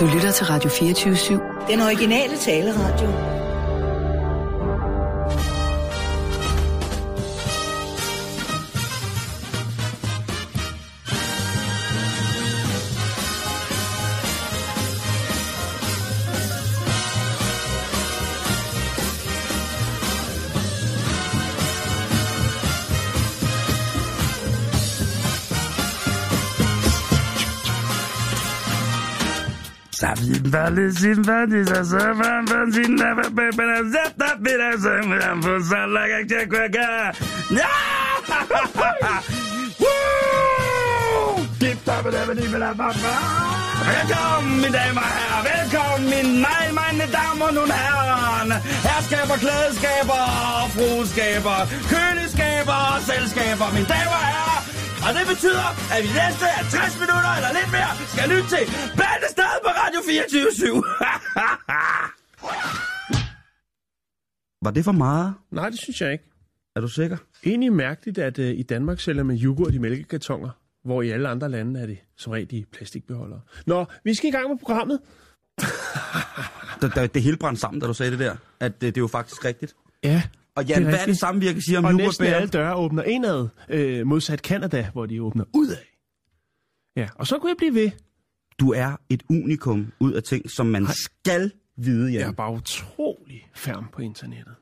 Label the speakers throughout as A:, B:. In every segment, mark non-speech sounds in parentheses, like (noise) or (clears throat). A: Du lytter til Radio 24-7.
B: Den originale taleradio.
C: Vale sin vanisa savan vanzina pepera zeta pera savan fosala kakya kwaka. Woo! Dip da ba da ba di ba da ba ba. Velkommen, mine damer og herrer. Velkommen, mine, nej, mine damer og nogle herrer. Herskaber, klædeskaber, frueskaber, køleskaber og selskaber. Mine damer og herrer, og det betyder, at vi næste 60 minutter eller lidt mere skal lytte til Bandestad på Radio 24 (laughs) Var det for meget?
D: Nej, det synes jeg ikke.
C: Er du sikker?
D: Egentlig mærkeligt, at øh, i Danmark sælger man yoghurt i mælkekartoner, hvor i alle andre lande er det som regel i plastikbeholdere. Nå, vi skal i gang med programmet.
C: Det, det, det hele brændte sammen, da du sagde det der. At øh, det, det er jo faktisk rigtigt.
D: Ja,
C: Og Jan,
D: Det er
C: hvad er det
D: rigtigt.
C: samme, vi kan sige om
D: og næsten
C: yoghurtbæger?
D: alle døre åbner indad, øh, modsat Kanada, hvor de åbner udad. Ja, og så kunne jeg blive ved.
C: Du er et unikum ud af ting, som man skal vide,
D: Jeg er
C: Jan.
D: bare utrolig ferm på internettet.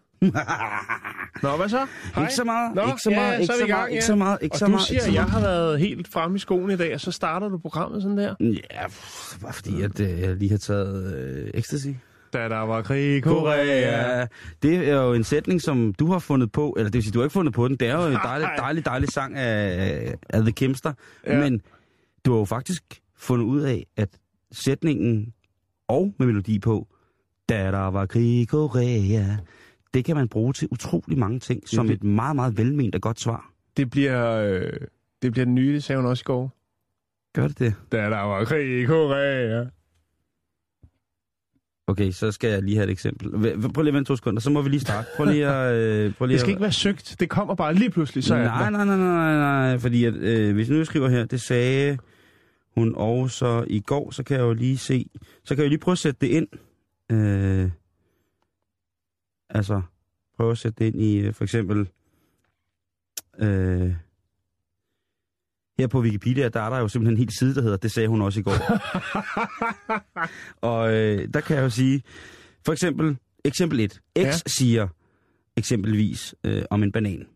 D: (laughs) Nå, hvad så? Hej.
C: Ikke så meget,
D: Nå,
C: ikke så
D: ja,
C: meget,
D: ja,
C: ikke
D: så er
C: så
D: vi i
C: meget,
D: gang,
C: ikke
D: ja.
C: så meget, ikke
D: og
C: så
D: du
C: meget,
D: siger,
C: ikke så
D: at jeg
C: meget.
D: har været helt fremme i skoen i dag, og så starter du programmet sådan der.
C: Ja, pff, bare
D: Mm.
C: fordi at, øh, jeg lige har taget øh, ecstasy.
D: Da der var krig i
C: Korea. Det er jo en sætning, som du har fundet på, eller det vil sige, du har ikke fundet på den. Det er jo en dejlig, dejlig, dejlig sang af, af The Kimster. Ja.
D: Ja.
C: Men du har jo faktisk fundet ud af, at sætningen og med melodi på, da der var krig i Korea, det kan man bruge til utrolig mange ting, som
D: det.
C: et meget, meget velment og godt svar.
D: Det bliver, øh, det bliver den nye, det sagde hun også i går.
C: Gør det det?
D: Da der var krig i Korea.
C: Okay, så skal jeg lige have et eksempel. Hva- Prøv lige at vente to sekunder, så må vi lige starte. Prøv lige at... Øh, prøv lige
D: Det
C: at...
D: skal ikke være søgt. Det kommer bare lige pludselig. Så
C: Så
D: er
C: nej,
D: den
C: nej, nej, nej, nej, nej, fordi at, øh, hvis jeg nu skriver her, det sagde hun og så i går, så kan jeg jo lige se, så kan jeg jo lige prøve at sætte det ind. Øh, altså, prøve at sætte det ind i øh, for eksempel, øh, her på Wikipedia, der er der jo simpelthen en hel side, der hedder, det sagde hun også i
D: (laughs)
C: går. og øh, der kan jeg jo sige, for eksempel, eksempel 1, X ja.
D: Ja.
C: siger eksempelvis øh, om en banan.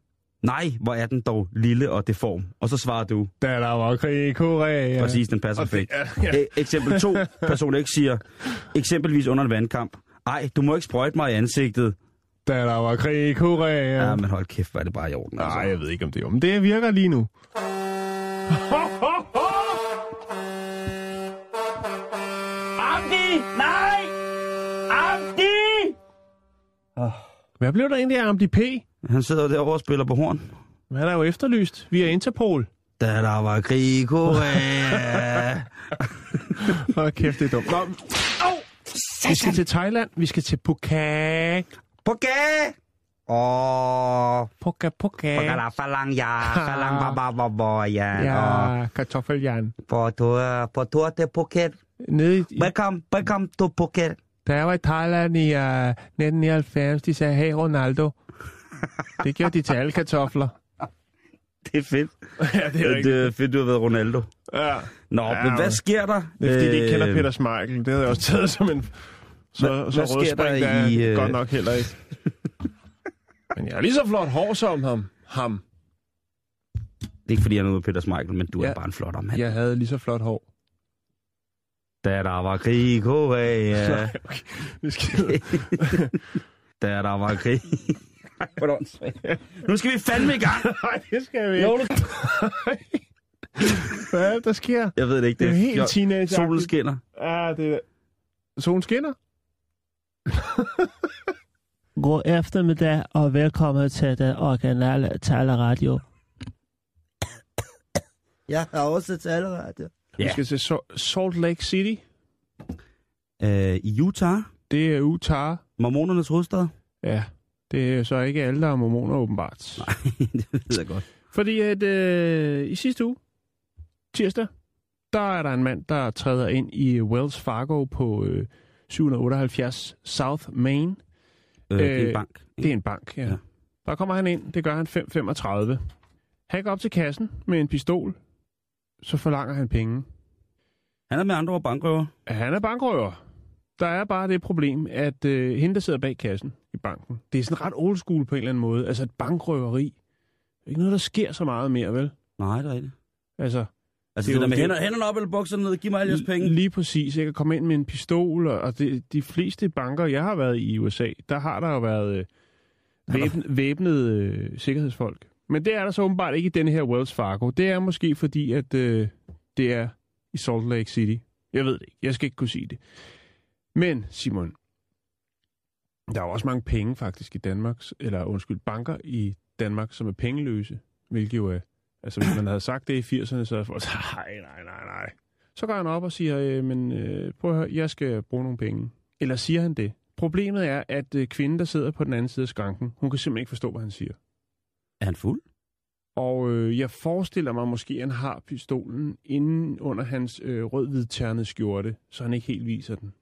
C: Nej, hvor er den dog lille og deform. Og så svarer du,
D: der. Da der var krig i Korea.
C: ja. præcis, den passer
D: Og det
C: perfekt.
D: er, ja.
C: Ja. Eksempel 2, person X siger, eksempelvis under en vandkamp. Ej, du må ikke sprøjte mig i ansigtet.
D: Da der var krig i Korea.
C: Ja, ja men hold kæft, hvor er det bare i orden. altså.
D: Nej, jeg ved ikke, om det er. Men det virker lige nu.
C: Amdi! Nej! Amdi!
D: Hvad blev der egentlig af Amdi P?
C: Han sidder derovre og spiller på horn.
D: Han er jo efterlyst via Interpol.
C: Da der var krig i (laughs) Korea.
D: Åh, kæft, det er dumt. Nå, vi skal til Thailand. Vi skal til Phuket.
C: Phuket! Åh,
D: Phuket, Phuket.
C: Phuket, falang ja, falang ba ba ba ba ja. Og
D: Ja, kartoffeljern.
C: på tur, på tur til Phuket.
D: Nede i,
C: Welcome, welcome to Phuket.
D: Da jeg var i Thailand i uh, 1999, de sagde, hey Ronaldo. Det gjorde de til alle kartofler.
C: Det er fedt.
D: (laughs) ja, det
C: Det er fedt, du har været Ronaldo.
D: Ja.
C: Nå, ja,
D: Ja,
C: men hvad
D: men-
C: sker der?
D: Det er fordi, de ikke
C: Øh,
D: kender Peter Smeichel. Det havde jeg også taget som en... Så,
C: Hvad-
D: så
C: hvad sker
D: rødspring,
C: der
D: der er
C: i, øh,
D: godt nok heller ikke. Men jeg har lige så flot hår som ham. ham.
C: Det er ikke fordi, jeg er noget med Peter Smeichel, men du er
D: Ja.
C: bare en flottere mand.
D: Jeg havde lige så flot hår.
C: Da der var krig i
D: (laughs)
C: Korea.
D: Nej, okay. Vi (laughs) skal...
C: da der var
D: (laughs)
C: krig. Ej, hvor er det åndssvagt. nu skal vi fandme i gang.
D: (laughs) Nej, det skal vi ikke. (laughs) Hvad er det, der sker?
C: Jeg ved det ikke.
D: Det er jo
C: fjol.
D: helt teenage
C: Solen skinner.
D: Ja, det er... Solen skinner?
E: God eftermiddag og velkommen til den originale taleradio.
F: Jeg har også taleradio.
D: Ja. Vi
C: Ja.
D: skal til Sa- Salt Lake City.
C: Øh, I Utah,
D: Det er Utah.
C: mormonernes hovedstad. (laughs)
D: Ja, det er så ikke alle, der er mormoner åbenbart. Nej.
C: det ved jeg godt.
D: Fordi at øh, i sidste uge, tirsdag, der er der en mand, der træder ind i Wells Fargo på øh, 778 South Main.
C: Øh, det er
D: Øh,
C: en bank.
D: Det er en bank, ja.
C: Ja.
D: ja. Der kommer han ind, det gør han 5.35. Han går op til kassen med en pistol, så forlanger han penge.
C: Han er med andre ord bankrøver.
D: Ja, Han er bankrøver. Der er bare det problem, at øh, hende, der sidder bag kassen i banken, det er sådan ret old school på en eller anden måde. Altså et bankrøveri. Det er ikke noget, der sker så meget mere, vel?
C: Nej, det er rigtigt.
D: Altså,
C: Altså
D: Det
C: det,
D: er
C: det der
D: jo-
C: med hænder,
D: det-
C: hænderne op eller bukserne ned, giv mig alle jeres penge.
D: Lige præcis. Jeg kan komme ind med en pistol, og, og det, de fleste banker, jeg har været i i USA, der har der jo været øh, væbn, væbnede øh, sikkerhedsfolk. Men det er der så åbenbart ikke i denne her Wells Fargo. Det er måske fordi, at øh, det er i Salt Lake City. Jeg ved det ikke. Jeg skal ikke kunne sige det. Men, Simon, der er jo også mange penge faktisk i Danmark, eller undskyld, banker i Danmark, som er pengeløse, hvilket jo er, altså hvis man havde sagt det i 80'erne, så havde folk sagt, nej, nej, nej, nej. Så går han op og siger, øh, men øh, prøv at høre, jeg skal bruge nogle penge. Eller siger han det? Problemet er, at øh, kvinden, der sidder på den anden side af skranken, hun kan simpelthen ikke forstå, hvad han siger.
C: Er han fuld?
D: Og øh, jeg forestiller mig måske, at han har pistolen inden under hans øh, rød ternede skjorte, så han ikke helt viser den.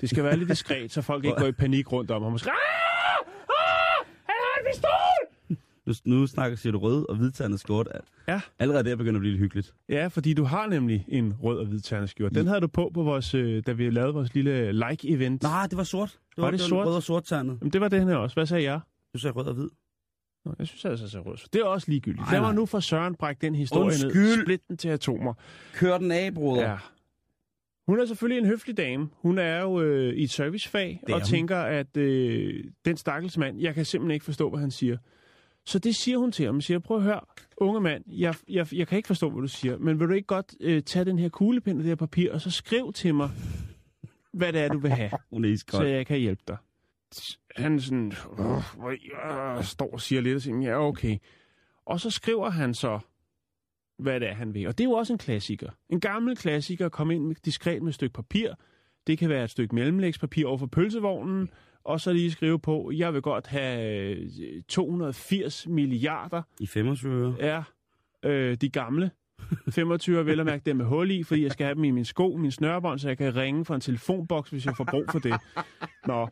D: Det skal være lidt diskret, så folk ikke går i panik rundt om ham. Og skriger, "Ah! Ah! Han har en pistol!
C: Nu, nu snakker siger du rød og hvidtandet skort.
D: Ja.
C: Allerede der begynder at blive lidt hyggeligt.
D: Ja, fordi du har nemlig en rød og hvid terneskjorte. Den havde du på, på vores, øh, da vi lavede vores lille øh, like-event.
C: Nej, det var sort. Det
D: Var det
C: den
D: sort?
C: Rød og sort tandet.
D: Jamen, det var den her også. Hvad sagde jeg?
C: Du sagde rød og hvid.
D: Nå, jeg synes altså, så rød. Det er også ligegyldigt.
C: Nej,
D: Lad mig
C: nej.
D: nu for Søren brække den historie ned.
C: Undskyld.
D: Split den til atomer.
C: Kør den af, broder.
D: Ja. Hun er selvfølgelig en høflig dame. Hun er jo øh, i et servicefag
C: Det er
D: og
C: hun.
D: tænker, at øh, den stakkels mand, jeg kan simpelthen ikke forstå, hvad han siger. Så det siger hun til ham. Hun siger, prøv at høre, unge mand, jeg, jeg, jeg kan ikke forstå, hvad du siger, men vil du ikke godt øh, tage den her kuglepind og det her papir, og så skriv til mig, hvad det er, du vil have?
C: Hun er
D: så
C: iskold.
D: jeg kan hjælpe dig. Han sådan, "Åh, hvor- øh, står og siger lidt og siger, ja, okay. Og så skriver han så, hvad det er, han vil. Og det er jo også en klassiker. En gammel klassiker at komme ind med, diskret med et stykke papir. Det kan være et stykke mellemlægspapir over for pølsevognen. Og så lige skrive på, jeg vil godt have øh, 280 milliarder
C: I 25 øre.
D: er øh, de gamle. 25 er vel at mærke dem med hul i, fordi jeg skal have dem i min sko, min snørebånd, så jeg kan ringe fra en telefonboks, hvis jeg får brug for det. Nå.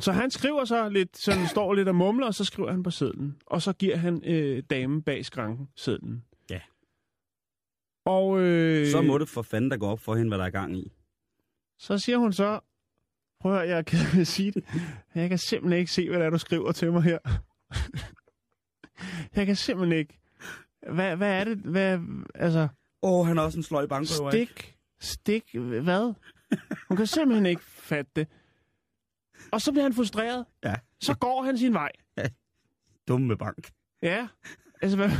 D: Så han skriver så lidt, sådan står lidt og mumler, og så skriver han på sedlen. Og så giver han øh, damen bag skranken sedlen.
C: Ja.
D: Og øh,
C: Så må det for fanden, der går op for hende, hvad der er gang i.
D: så siger hun så, prøv at høre, jeg er ked af at sige det, men jeg kan simpelthen ikke se, hvad det er, du skriver til mig her. jeg kan simpelthen ikke. Hvad, hvad er det? Hvad, altså,
C: Åh, oh, han er også en sløj bankrøver. ikke?
D: Stik, stik, hvad? Hun kan simpelthen ikke fatte det. Og så bliver han frustreret.
C: Ja.
D: Så går han sin vej.
C: Dumme med bank.
D: Ja. Altså, hvad,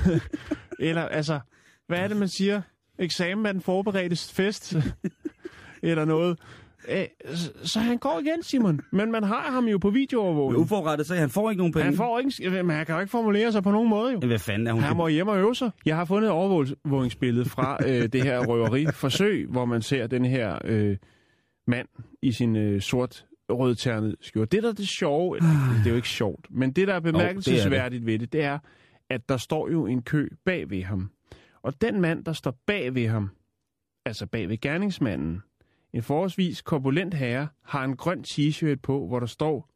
D: eller, altså, hvad er det, man siger? Eksamen er den forberedte fest. eller noget. Æ, så, så han går igen, Simon. Men man har ham jo på
C: Men
D: videoovervågning.
C: uforrettet sagde, han får ikke nogen penge.
D: Han, får ikke, men han kan jo ikke formulere sig på nogen måde, jo.
C: Men Hvad fanden er hun?
D: Han må hjem og øve sig. Jeg har fundet et overvågningsbillede (laughs) fra øh, det her røveriforsøg, hvor man ser den her øh, mand i sin øh, sort rødternet skjorte. Det, der er det sjove, det er Ah. jo ikke sjovt, men det, der er bemærkelsesværdigt ved det, det er, at der står jo en kø bag ved ham. Og den mand, der står bag ved ham, altså bag ved gerningsmanden, en forholdsvis korpulent herre, har en grøn t-shirt på, hvor der står,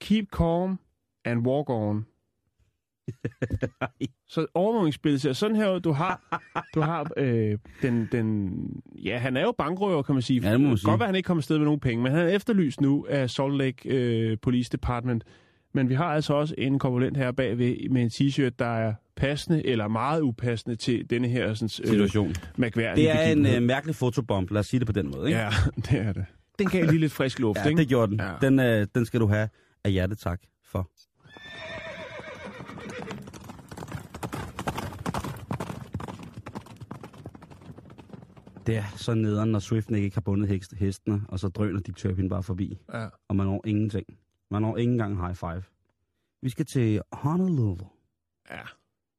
D: Keep calm and
C: (laughs)
D: walk on. Så overvågningsbilledet ser sådan her ud. Du har, du har øh, den, den... Ja, han er jo bankrøver, kan man sige.
C: Ja, det må man sige.
D: Godt være, han ikke kommer afsted med nogen penge, men han er efterlyst nu af Salt Lake øh, Police Department. Men vi har altså også en korpulent her bagved med en t-shirt, der er passende eller meget upassende til denne her sådan, øh,
C: situation.
D: mærkværdige
C: Det er en
D: begivenhed.
C: øh, mærkelig fotobomb, lad os sige det på den måde. Ikke?
D: Ja, det er det. Den gav lige lidt frisk luft,
C: ja
D: ikke?
C: det gjorde den.
D: Ja.
C: Ja. Den, øh, den skal du have af hjertet tak for. Det er så nederen, når Swiften ikke har bundet hekst- hestene, og så drøner Dick Turpin bare forbi,
D: Ja.
C: og man når ingenting. Man når ikke engang high five. Vi skal til Honolulu.
D: ja.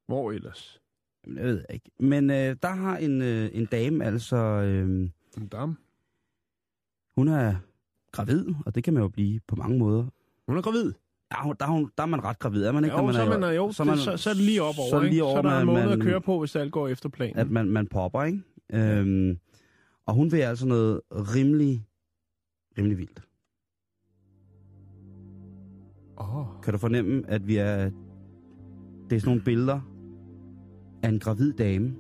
D: Hvor ellers?
C: Jamen, Jeg ved jeg ikke. Men øh, der har en, øh, en dame, altså, øh,
D: En dam.
C: hun er gravid, og det kan man jo blive på mange måder.
D: Hun er gravid.
C: Der, er hun- der, er hun- der er man ret gravid, er man ikke?
D: Jo,
C: når
D: så, er man, jo, så, man, så, så er det lige op over,
C: så er det lige
D: ikke?
C: over
D: så er der
C: man,
D: en måned
C: man,
D: at køre på, hvis alt går efter planen.
C: At man, man popper, ikke? Øhm, Og hun vil altså noget rimelig, rimelig vildt.
D: Oh.
C: Kan du fornemme, at vi er... Det er sådan nogle billeder af en gravid dame,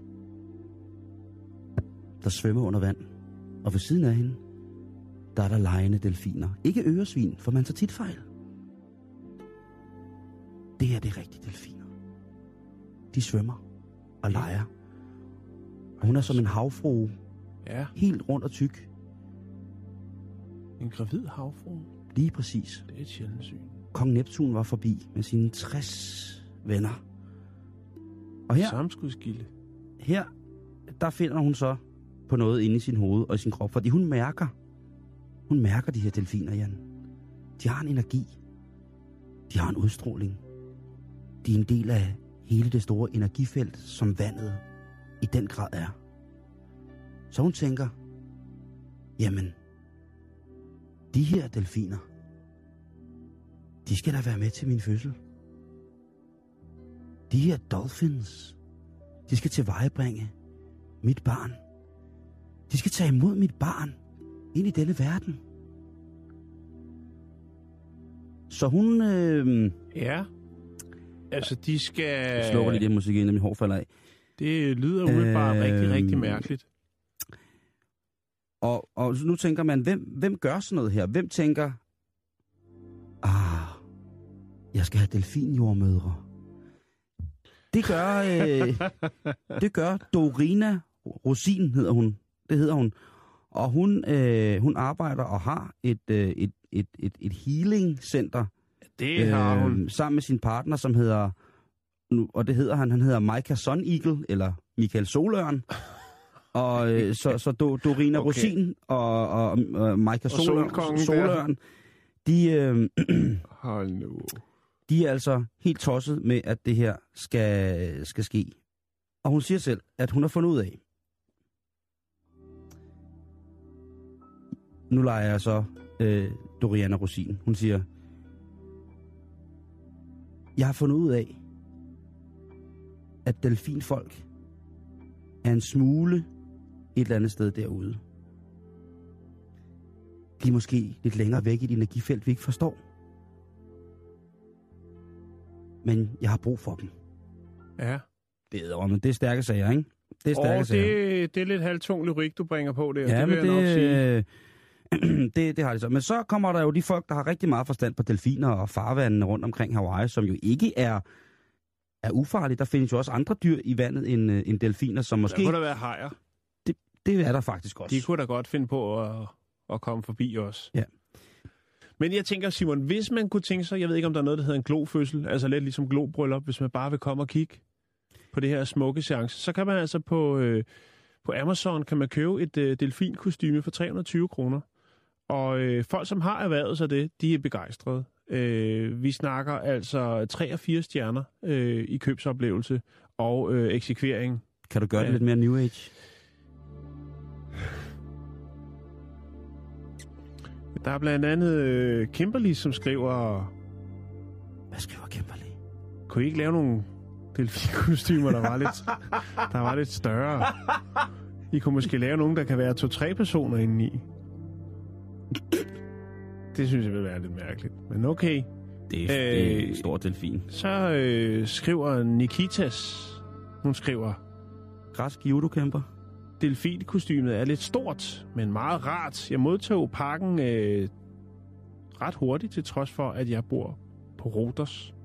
C: der svømmer under vand. Og ved siden af hende, der er der lejende delfiner. Ikke øresvin, for man tager tit fejl. Det her, det er rigtige delfiner. De svømmer og leger. Og hun er som en havfrue,
D: Ja,
C: helt rundt og tyk.
D: en gravid havfru.
C: Lige præcis.
D: Det er et sjældent syn.
C: Kong Neptun var forbi med sine 60 venner. Og her,
D: Ja. Samskudsgilde.
C: her, der finder hun så på noget inde i sin hoved og i sin krop, fordi hun mærker, hun mærker de her delfiner, Jan. De har en energi. De har en udstråling. De er en del af hele det store energifelt, som vandet i den grad er. Så hun tænker, jamen, de her delfiner, de skal da være med til min fødsel. De her dolphins, de skal tilvejebringe mit barn. De skal tage imod mit barn ind i denne verden. Så hun... Øh,
D: Ja. Altså, de skal...
C: jeg slukker lige det musik, inden min hår falder af.
D: Det lyder umiddelbart øh... rigtig, rigtig
C: Øhm.
D: mærkeligt.
C: Og, og nu tænker man, hvem, hvem gør sådan noget her? Hvem tænker, ah, jeg skal have delfinjordmødre. Det gør, øh, det gør Dorina Rosin, hedder hun. Det hedder hun. Og hun, øh, hun arbejder og har et, øh, et, et, et, et healing-center
D: Det har hun.
C: Øhm, sammen med sin partner, som hedder, nu, og det hedder han, han hedder Micah Sun Eagle, eller Michael Soløren.
D: (laughs)
C: Og øh, så, så Do, Dorina
D: Okay.
C: okay. Rosin og, og, og Micah Soløren,
D: Solkongen der.
C: Soløren de, øh,
D: Hold nu.
C: de er altså helt tosset med, at det her skal, skal ske. Og hun siger selv, at hun har fundet ud af. Nu leger jeg så øh, Doriana Rosin. Hun siger, jeg har fundet ud af, at delfinfolk er en smule et eller andet sted derude. De er måske lidt længere væk i et energifelt, vi ikke forstår. Men jeg har brug for dem.
D: Ja.
C: Det er men det er stærke sager, ikke? Det er stærke
D: Og
C: sager.
D: det, det er lidt halvtung lyrik, du bringer på der.
C: ja,
D: det vil
C: men
D: jeg nok sige.
C: øh, (clears throat) det, det har de så. Men så kommer der jo de folk, der har rigtig meget forstand på delfiner og farvandene rundt omkring Hawaii, som jo ikke er, er ufarlige. Der findes jo også andre dyr i vandet end, øh, end delfiner, som måske...
D: Der kunne der være hajer.
C: Det er der faktisk også.
D: De kunne da godt finde på at, at komme forbi os.
C: Ja.
D: Men jeg tænker, Simon, hvis man kunne tænke sig, jeg ved ikke, om der er noget, der hedder en glofødsel, altså lidt ligesom globryllup, hvis man bare vil komme og kigge på det her smukke seance, så kan man altså på, øh, på Amazon kan man købe et øh, delfinkostyme for 320 kroner. Og øh, folk, som har erhvervet sig det, de er begejstrede. Øh, vi snakker altså 3 og 4 stjerner øh, i købsoplevelse og øh, eksekvering.
C: Kan du gøre
D: Ja.
C: det lidt mere New Age?
D: Der er blandt andet øh, Kimberly, som skriver,
C: Hvad skriver Kimberly?
D: kunne I ikke lave nogle delfinkostymer, der var lidt, der var lidt større? I kunne måske lave nogle, der kan være to-tre personer inde i. Det synes jeg vil være lidt mærkeligt. Men okay.
C: Det
D: Øh, det er en stor
C: delfin.
D: Så øh, skriver Nikitas, hun skriver,
C: Græsk judokæmper.
D: delfinkostymet er lidt stort, men meget rart. Jeg modtog pakken øh, ret hurtigt, til trods for, at jeg bor på Rodos.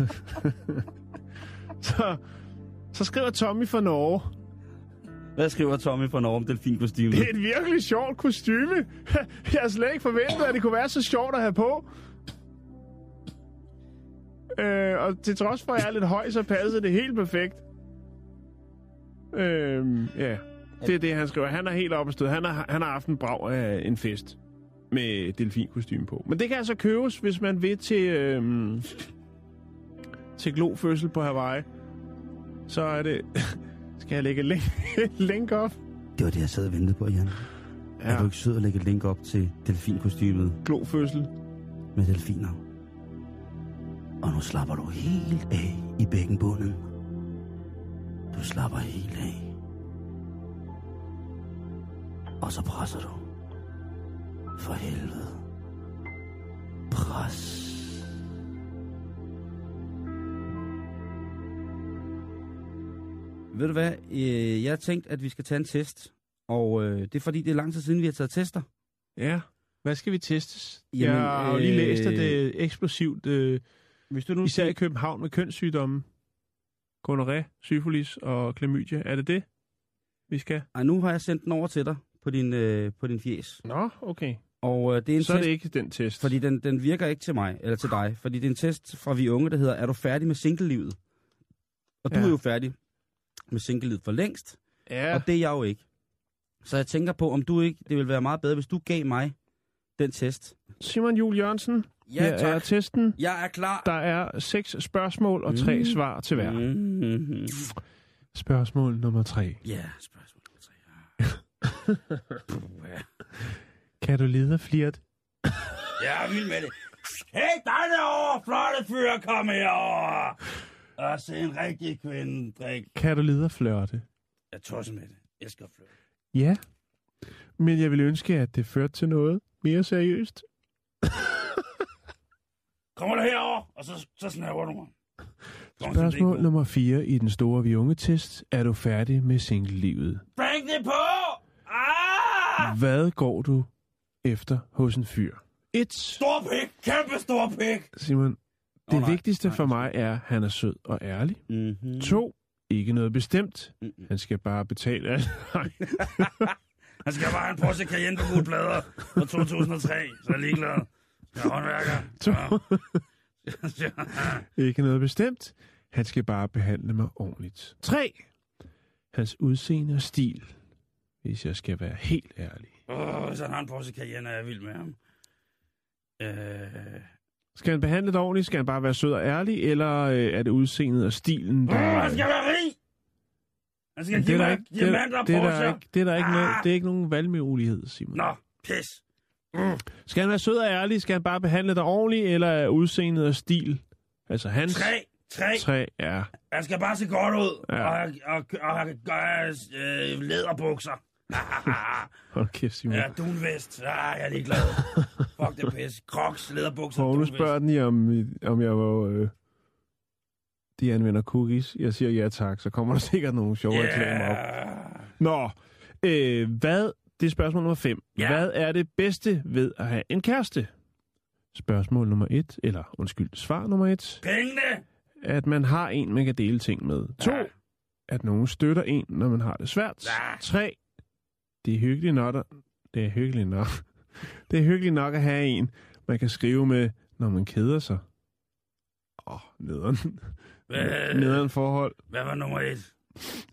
D: (laughs) så, så skriver Tommy fra Norge.
C: Hvad skriver Tommy for Norge om delfinkostymet?
D: Det er et virkelig sjovt kostyme. (laughs) Jeg har slet ikke forventet, at det kunne være så sjovt at have på. Øh, og til trods for, at jeg er lidt høj, så passede det helt perfekt. Øh, ja, det er det, han skriver. Han er helt oppe at stød. Han har, han har haft en brag af en fest med delfinkostyme på. Men det kan altså købes, hvis man vil til, øh, til glofødsel på Hawaii. Så er det... (laughs) Skal jeg lægge et link, et link (laughs) op?
C: Det var det, jeg sad og ventede på, Jan. Ja. Er du ikke sød at lægge et link op til delfinkostymet
D: glofødsel.
C: med delfiner? Og nu slapper du helt af i bækkenbunden. Du slapper helt af.
B: Og så presser du. For helvede. Pres. Ved du hvad? Øh, Jeg tænkte, at vi skal tage en test. Og øh, det er fordi, det er lang tid siden, vi har taget tester.
D: Ja. Hvad skal vi testes?
B: Jamen,
D: Jamen, jeg har jo lige
B: øh, Mm-hmm.
D: læst, at det er eksplosivt, øh,
B: Hvis du nu
D: især i København med kønssygdomme. Gonoré, syfilis og klamydia. Er det det, vi skal?
B: Ej, nu har jeg sendt den over til dig på din, øh, på din fjes.
D: Nå, okay.
B: Og øh, det er en
D: Så er
B: test,
D: det ikke den test.
B: fordi den, den virker ikke til mig, eller til dig. Fordi det er en test fra vi unge, der hedder, er du færdig med singlelivet? Og du
D: Ja.
B: er jo færdig med singlelivet for længst, ja.
D: Ja,
B: og det er jeg jo ikke. Så jeg tænker på, om du ikke, det ville være meget bedre, hvis du gav mig den test.
D: Simon Jul Jørgensen. her er testen.
B: Jeg er klar.
D: Der er seks spørgsmål og tre
B: Mm.
D: mm. svar til hver. Mm.
B: Mm-hmm.
D: Spørgsmål nummer tre.
B: Ja, spørgsmål. nummer tre. Puh, ja.
D: Kan du lide af flirt?
C: Jeg er vild med det. Hey, dig derovre, flotte fyr, kom herover. Og se en rigtig kvinde drikke.
D: Kan du lide af flirte?
C: Jeg tosser med det. Jeg skal flytte.
D: Ja. Men jeg ville ønske, at det førte til noget mere seriøst.
C: Kommer du herover, og så, så snæver du mig. Kom, så det
D: Spørgsmål
C: ikke-
D: nummer 4 i den store vi unge test. Er du færdig med single-livet?
C: Bring det på! Ah!
D: Hvad går du efter hos en fyr? Et.
C: Stor pik! Kæmpe stor pik!
D: Simon, det
B: Åh, nej.
D: vigtigste
B: Nej,
D: for
B: det
D: mig er, at han er sød og ærlig.
C: Mm.
B: Mm-hmm.
D: To. Ikke noget bestemt.
B: Mm-mm.
D: Han skal bare betale alt. (laughs) Nej.
C: Han skal bare have en Porsche Cayenne på gule plader fra 2003, så jeg er ligeglad. Jeg er håndværker. (laughs)
D: To.
C: Ja.
D: Ikke noget bestemt. Han skal bare behandle mig ordentligt. 3. Hans udseende og stil. Hvis jeg skal være helt ærlig.
C: Åh, så han har en Porsche Cayenne, er jeg vild med ham. Øh...
D: Skal han behandle dig ordentligt? Skal han bare være sød og ærlig? Eller øh, er det udseendet og stilen, der...
C: Uh, han skal være rig! Han skal
D: Men
C: give
D: der
C: mig
D: ikke, det, er-
C: diamanter og
D: det, er der
C: Porsche.
D: ikke, det er der ikke noget,
C: Ah!
D: det er ikke nogen valgmulighed, Simon.
C: Nå, pis. Mm.
D: Skal han være sød og ærlig? Skal han bare behandle dig ordentligt? Eller er udseendet og stil? Altså hans...
C: Tre, tre.
D: Tre er...
C: Han skal bare se godt ud.
D: Ja.
C: Ja. Og, og, og, og gøre øh,
D: (laughs)
C: læderbukser.
D: Hold kæft, Simon.
C: ja,
D: Ja,
C: dunvest. Ah, jeg er lige glad. Fuck det pis. Crocs, læderbukser,
D: Poul, nu
C: dunvest.
D: spørger den i, om, om jeg var... Øh, de anvender cookies. Jeg siger ja tak, så kommer der (laughs) sikkert nogle sjove yeah. reklamer op.
C: Yeah.
D: Nå, øh, hvad, det er spørgsmål nummer 5.
C: Ja.
D: Hvad er det bedste ved at have en kæreste? Spørgsmål nummer 1, eller undskyld, svar nummer 1.
C: Pengene.
D: At man har en, man kan dele ting med. 2.
C: Ja.
D: At nogen støtter en, når man har det svært.
C: Ja.
D: 3. Det er hyggeligt nok, at- det er hyggeligt nok. (laughs) Det er hyggeligt nok at have en, man kan skrive med, når man keder sig. Åh, oh, nederen.
C: Hvad,
D: nederen forhold.
C: hvad var nummer et?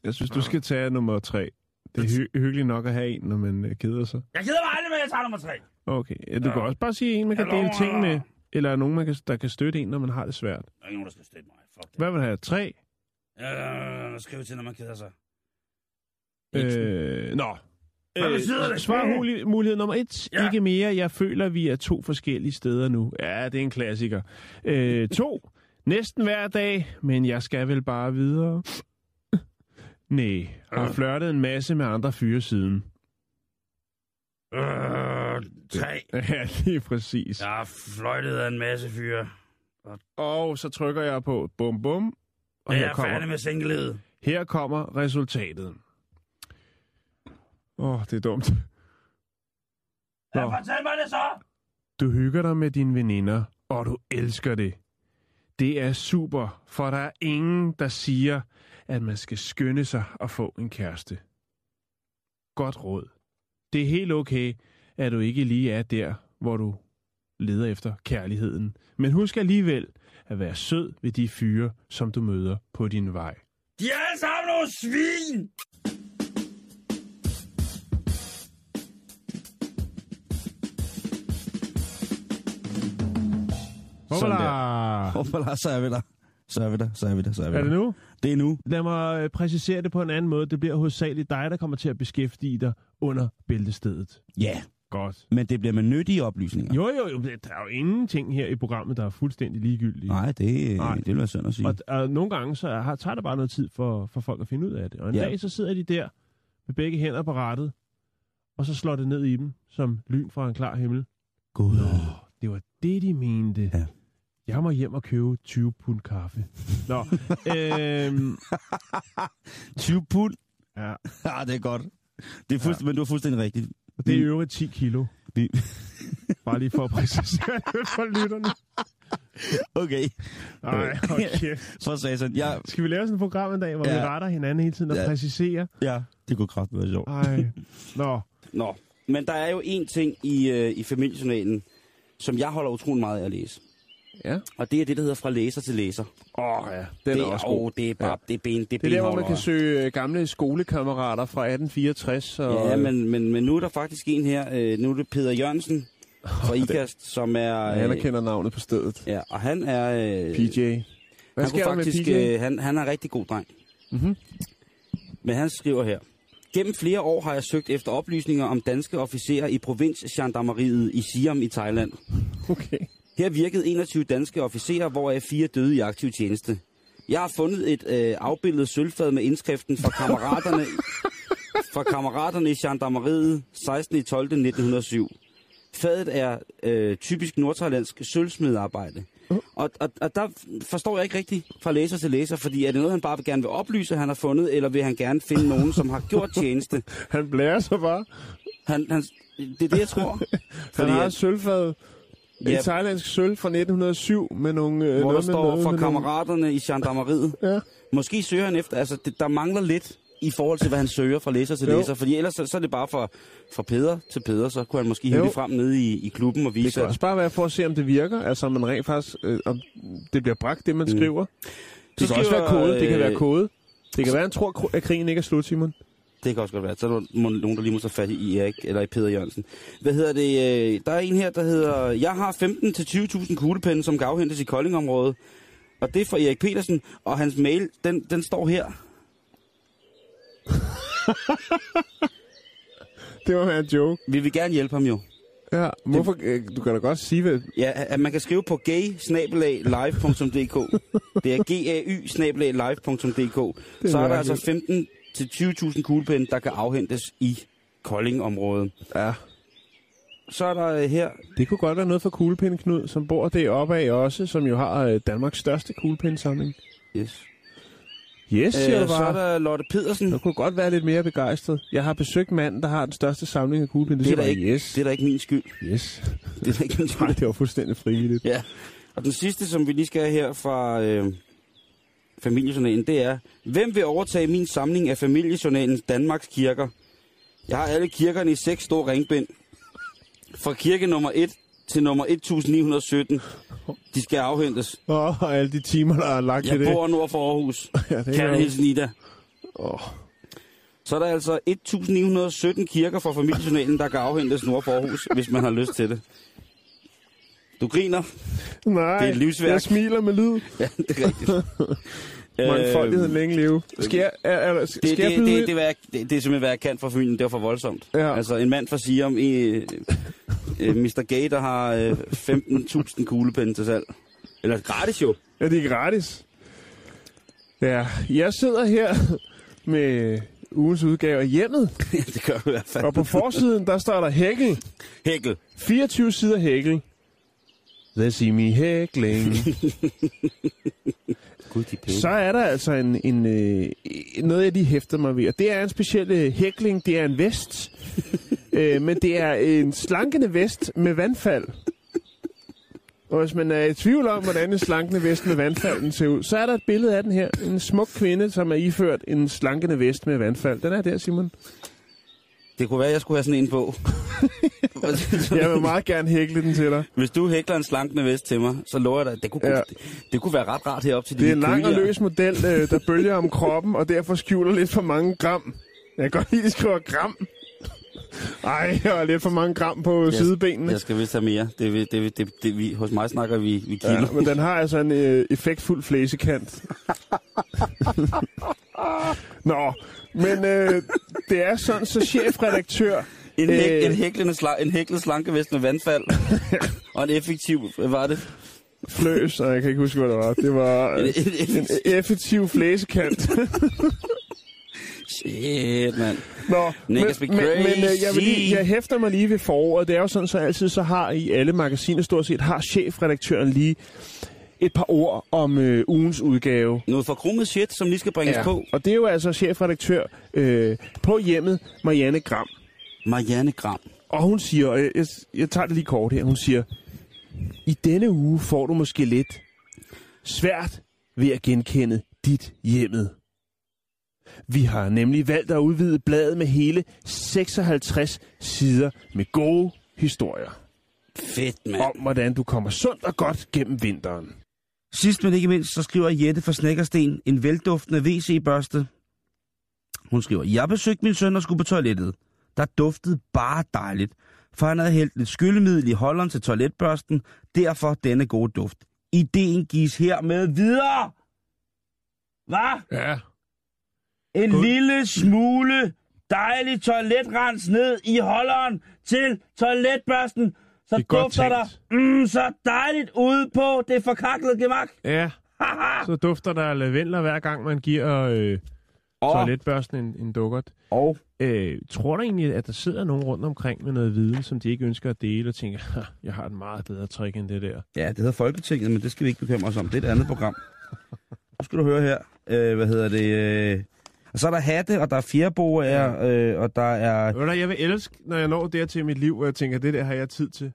D: Jeg synes, du skal tage nummer 3. Det er hy- hyggeligt nok at have en, når man øh, keder sig.
C: Jeg gider mig aldrig, men jeg tager nummer tre.
D: Okay. Ja, du
C: Ja.
D: kan også bare sige en, man kan
C: Hallo,
D: dele ting
C: hallo.
D: med. Eller er nogen, man kan, der kan støtte en, når man har det svært.
C: Der er ikke nogen, der skal støtte mig. Fuck det.
D: Hvad vil du have? Tre?
C: Øh, skriv til, når man keder sig.
D: Øh, nå.
C: Hvad betyder det?
D: Svar mulighed nummer et. Ja.
C: Ja.
D: Ikke mere. Jeg føler, vi er to forskellige steder nu. Ja, det er en klassiker. Øh, to. Næsten hver dag, men jeg skal vel bare videre. Nej, har flørtet en masse med andre fyre siden. (laughs)
C: Øh, tre.
D: Ja, lige præcis.
C: Jeg har fløjtet af en masse fyre.
D: Og så trykker jeg på bum bum, og
C: Og jeg
D: her
C: er
D: kommer,
C: færdig med singlet.
D: her kommer resultatet. Åh, oh, det er dumt.
C: Ja,
D: Nå.
C: fortæl mig det så.
D: Du hygger dig med dine veninder, og du elsker det. Det er super, for der er ingen, der siger, at man skal skynde sig og få en kæreste. Godt råd. Det er helt okay, at du ikke lige er der, hvor du leder efter kærligheden. Men husk alligevel at være sød ved de fyre, som du møder på din vej.
C: De er alle sammen nogle svin.
B: Sådan der.
D: der.
B: Hvorfor der? Så er vi der. Så er vi der, så er vi der, så er vi der.
D: Er det nu?
B: Det er nu.
D: Lad mig øh, præcisere det på en anden måde. Det bliver hovedsageligt dig, der kommer til at beskæftige dig under bæltestedet.
B: Ja,
D: Godt.
B: men det bliver med nyttige oplysninger.
D: Jo, jo, jo. Der er jo ingenting her i programmet, der er fuldstændig ligegyldigt.
B: Nej, det,
D: Nej.
B: Nej. det vil være synd at sige.
D: Og, og nogle gange så har, tager det bare noget tid for, for folk at finde ud af det. Og en ja.
B: Ja.
D: dag så sidder de der med begge hænder på rattet,
C: og så slår det ned i dem som lyn fra en klar himmel.
B: Gud.
C: Det var det, de mente.
B: Ja.
C: Jeg må hjem og købe 20 pund kaffe.
B: (laughs)
C: Nå, øhm,
B: 20 pund.
C: ja,
B: (laughs) Ja, det er godt. Det er fuldstændig, ja. Men du er fuldstændig rigtig.
C: og det er i øvrigt 10 kilo.
B: Vi-
C: Bare lige for at præcisere det for
B: (laughs)
C: lytterne.
B: Okay,
C: Nej, hold kæft.
B: for satan. Ja,
C: Skal vi lave sådan et program en dag, hvor ja. vi
B: Ja.
C: retter hinanden hele tiden og
B: Ja.
C: ja. præciserer?
B: ja. det kunne kraftigt være sjovt.
D: (laughs)
C: Ej, nå.
B: Nå, men der er jo en ting i, øh, i familiejournalen, som jeg holder utrolig meget af at læse.
C: Ja.
B: Og det er det, der hedder fra læser til læser.
C: Åh, oh, ja. Den
B: det, åh, det er bare, ja. det er ben, det er,
C: Det er der, hvor man
B: benhårdt,
C: kan
B: hva'?
C: søge øh, gamle skolekammerater fra 1864. Og,
B: Ja, men, men, men nu er der faktisk en her, øh, nu er det Peter Jørgensen (laughs) fra IKAST, som er... øh,
D: Jeg anerkender øh, navnet på stedet.
B: ja, og han er...
C: Hvad
D: PJ.
B: Øh, han
C: sker
B: kunne
C: der med
B: faktisk,
C: PJ?
B: øh, han, han er en rigtig god dreng.
C: Mhm.
B: Men han skriver her. Gennem flere år har jeg søgt efter oplysninger om danske officerer i provinsgendarmeriet i Siam i Thailand.
C: Okay.
B: Her virkede 21 danske officerer, hvoraf fire døde i aktiv tjeneste. Jeg har fundet et øh, afbildet sølvfad med indskriften fra
C: (laughs)
B: kammeraterne, fra kammeraterne i gendarmeriet 16. 12. 1907. Fadet er øh, typisk nordthailandsk sølvsmedarbejde. Og, og, og der forstår jeg ikke rigtigt fra læser til læser, fordi er det noget, han bare gerne vil oplyse, han har fundet, eller vil han gerne finde nogen, som har gjort tjeneste?
C: Han blærer sig bare.
B: Han, han, det er det, jeg tror.
D: (laughs) Han
B: Fordi
D: har
B: at-
D: et sølvfad. Ja.
B: Ja.
D: Et thailandsk sølv fra 1907 med nogle... Øh,
B: Hvor der
D: noget med
B: står
D: noget
B: for
D: med nogle-
B: kammeraterne i gendarmeriet.
D: Ja.
B: Måske søger han efter, altså det, der mangler lidt i forhold til, hvad han søger fra læser til
D: Jo.
B: læser, fordi ellers så, så er det bare fra, fra Peder til Peder, så kunne han måske hive
D: Jo.
B: det frem nede i, i klubben og
D: Det
B: vise,
D: kan
B: at
D: også bare være for at se, om det virker. Altså, om man rent faktisk... Øh, om det bliver bragt, det man mm. skriver. Det
B: Så
D: kan også
B: skriver,
D: være kode. Det kan
B: øh,
D: være kode. Det kan være, han tror, at krigen ikke er slut, Simon.
B: det kan også godt være. Så er der må- nogen, der lige må tage fat i Erik, eller i Peder Jørgensen. Hvad hedder det? øh, Der er en her, der hedder, jeg har 15-20.000 kuglepenne, som kan afhentes i Koldingområdet. Og det er fra Erik Petersen, og hans mail, den, den står her.
D: Det var en joke.
B: Vi vil gerne hjælpe ham jo.
D: Ja, hvorfor, øh, du kan da godt sige, hvad...
B: Ja, at man kan skrive på gay live.dk. Det er g a y live.dk. Så er der altså 15 til 20.000 kuglepinde, der kan afhentes i Kolding-området.
D: Ja.
B: Så er der øh, her...
D: Det kunne godt være noget for kuglepind Knud, som bor deroppe af også, som jo har øh, Danmarks største kuglepindsamling.
B: Yes.
D: Yes, siger
B: Øh,
D: øh, du
B: så er
D: bare. Der...
B: der Lotte Pedersen.
D: Jeg kunne godt være lidt mere begejstret. Jeg har besøgt manden, der har den største samling af kuglepinde. Det,
B: Det
D: det
B: er, da
D: var
B: ikke,
D: ikke. Yes,
B: det er da ikke min skyld.
D: yes.
B: Det er da ikke min
D: Nej,
B: skyld.
D: det var fuldstændig frivilligt.
B: (laughs) Ja. Og den sidste, som vi lige skal have her fra øh, familiejournalen, det er, hvem vil overtage min samling af familiejournalens Danmarks kirker? Jeg har alle kirkerne i seks store ringbind. Fra kirke nummer 1 til nummer 1917. De skal afhentes.
D: Åh, Og alle de timer, der er lagt i
B: Jeg
D: det.
B: bor nord for Aarhus.
D: Ja, det
B: Kan
D: er jo-
B: hilsen Ida.
D: Åh.
B: Så er der altså 1917 kirker fra familiejournalen, der kan afhentes nord for Aarhus, hvis man har lyst til det. Du griner.
D: Nej,
B: Det er et livsværk.
D: jeg smiler med lyd.
B: Ja, det er rigtigt. Øhm,
D: Mangfoldigheden længe leve. Skal jeg, er, er, der- skal
B: det,
D: jeg
B: det,
D: byde
B: det,
D: ind?
B: det, det, var, det, det er simpelthen, hvad jeg kan for Fyn. Det var for voldsomt.
D: Ja.
B: Altså, en mand fra Siam, øh, øh, Mr. Gay, der har øh, 15.000 kuglepinde til salg. Eller gratis jo. (laughs)
D: Ja, det er gratis. Ja, jeg sidder her med ugens udgave af hjemmet,
B: Ja, det gør du i hvert fald.
D: og på forsiden, der står der hækkel.
B: Hækkel.
D: 24 sider hækkel. They see me hækling.
B: Gud, de pæne.
D: Så er der altså en, en, øh, noget, jeg lige hæfter mig ved, og det er en speciel øh, hækling. Det er en vest, øh, men det er en slankende vest med vandfald. Og hvis man er i tvivl om, hvordan en slankende vest med vandfald den ser ud, så er der et billede af den her. En smuk kvinde, som er iført en slankende vest med vandfald. Den er der, Simon.
B: Det kunne være, jeg skulle have sådan en på. (laughs)
D: Jeg vil meget gerne hækle den til dig.
B: Hvis du hækler en slankende vest til mig, så lover jeg dig, det kunne, ja.
D: Ja.
B: det, det kunne være ret rart herop til
D: Det er
B: dine
D: en lang og
B: køligere.
D: løs model, øh, der bølger om kroppen, og derfor skjuler lidt for mange gram. Jeg kan godt lide, at de skriver gram. Ej, og lidt for mange gram på yes. sidebenene.
B: Jeg skal vist have mere. Det, det, det, det, det, vi, hos mig snakker vi, vi kilo.
D: Ja, men den har altså en øh, effektfuld flæsekant. Nå, men øh, det er sådan, så chefredaktør...
B: En, hæk,
D: øh,
B: en, hæklende sla, en hæklet slankevest med
D: (laughs)
B: vandfald. og en effektiv, hvad var det?
D: fløs, og jeg kan ikke huske, (laughs) hvad det var. Det var øh,
B: En- en-
D: en effektiv flæsekant.
C: Shit, mand.
G: Nå,
C: Niggas be
G: men øh, jeg, vil
C: crazy.
G: lige, jeg hæfter mig lige ved foråret. Det er jo sådan, så altid så har i alle magasiner stort set, har chefredaktøren lige et par ord om øh, ugens udgave.
C: Noget forkrummet shit, som lige skal bringes ja. på.
G: Og det er jo altså chefredaktør øh, på hjemmet, Marianne Gram.
C: Marianne Gram.
G: Og hun siger, og jeg, jeg, jeg tager det lige kort her, hun siger, i denne uge får du måske lidt svært ved at genkende dit hjemmet. Vi har nemlig valgt at udvide bladet med hele 56 sider med gode historier
C: Fedt, mand.
G: om, hvordan du kommer sundt og godt gennem vinteren.
B: Sidst men ikke mindst, så skriver Jette fra Snækkersten en velduftende WC-børste. Hun skriver, jeg besøgte min søn og skulle på toilettet. Der duftede bare dejligt, for han havde hældt lidt skyllemiddel i holderen til toiletbørsten, derfor denne gode duft. Ideen gives her med videre. Hvad?
D: Ja.
B: En God. lille smule dejlig toiletrens ned i holderen til toiletbørsten, så
D: Det er godt
B: dufter der
D: tænkt.
B: mm, så dejligt ude på det forkaklede gemak.
D: Ja. Så dufter der lavendler, hver gang man giver øh,
B: Og-
D: toiletbørsten en, en dukkert.
B: Og
D: Øh, tror du egentlig, at der sidder nogen rundt omkring med noget viden, som de ikke ønsker at dele, og tænker, "Ha, jeg har et meget bedre trick end det der?
B: Ja, det hedder Folketinget, men det skal vi ikke bekymre os om. Det er et andet program. Nu skal du høre her. Øh, hvad hedder det? Øh... Og så er der hatte, og der er fjerboer, øh, og der er...
D: Ved du, jeg vil elske, når jeg når dertil i mit liv, og jeg tænker, det der har jeg tid til.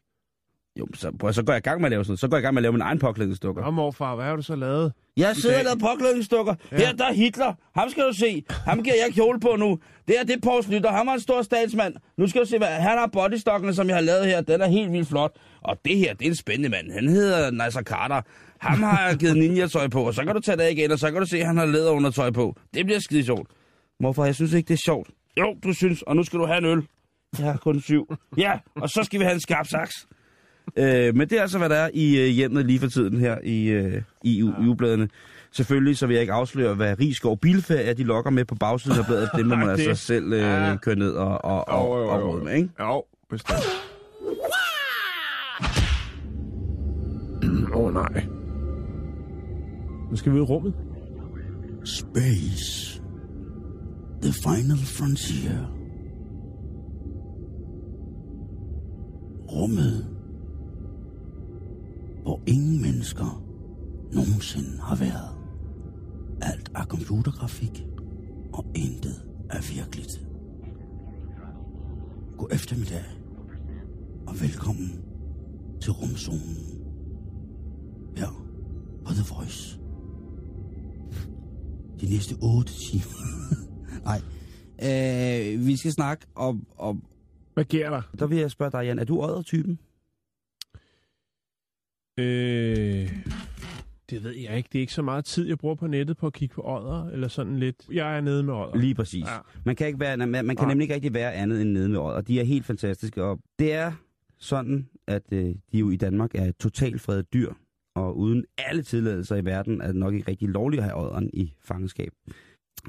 B: Jo, så, prøv, at- så går jeg i gang med at lave sådan noget. Så går jeg i gang med at lave min egen påklædningsdukker.
D: Nå, morfar, hvad har du så lavet?
B: Jeg sidder og laver påklædningsdukker. Ja. Her, der er Hitler. Ham skal du se. Ham giver jeg kjole på nu. Det er det er Poul Slytter. Han var en stor statsmand. Nu skal du se, hvad han har bodystokken, som jeg har lavet her. Den er helt vildt flot. Og det her, det er en spændende mand. Han hedder Nasser Carter. Ham har jeg givet ninja-tøj på, og så kan du tage det af igen, og så kan du se, at han har læderundertøj på. Det bliver skide sjovt. Morfar, jeg synes ikke, det er sjovt. Jo, du synes, og nu skal du have en øl. Jeg har kun syv. Ja, og så skal vi have en skarp saks. Øh, men det er altså, hvad der er i øh, hjemmet lige for tiden her i, øh, i u- ugebladene. Selvfølgelig, så vil jeg ikke afsløre, hvad Rigskov Bilferie er, de lokker med på bagsiden af bladet. Det må
D: (laughs)
B: man
D: Ej, det-
B: altså selv øh,
D: Ja.
B: køre ned og, og, og, og, og råde med, ikke?
D: Jo, bestemt. Åh, oh, nej. Nu skal vi ud i rummet.
C: Space. The final frontier. Rummet. Hvor ingen mennesker nogensinde har været. Alt er computergrafik, og intet er virkeligt. God eftermiddag, og velkommen til rumzonen. Her på The Voice de næste 8 timer.
B: (laughs)
C: Nej. Øh, vi skal snakke om, om...
D: Hvad sker der?
B: Der vil jeg spørge dig, Jan, er du odder-typen?
D: Øh, det ved jeg ikke. Det er ikke så meget tid, jeg bruger på nettet på at kigge på odder, eller sådan lidt. Jeg er nede med odder.
B: Lige præcis.
D: Ja.
B: Man kan, ikke være, man, man kan
D: Nej.
B: nemlig ikke rigtig være andet end nede med odder. De er helt fantastiske. Og det er sådan, at øh, de jo i Danmark er et totalt fredet dyr. Og uden alle tilladelser i verden er det nok ikke rigtig lovligt at have odderen i fangenskab.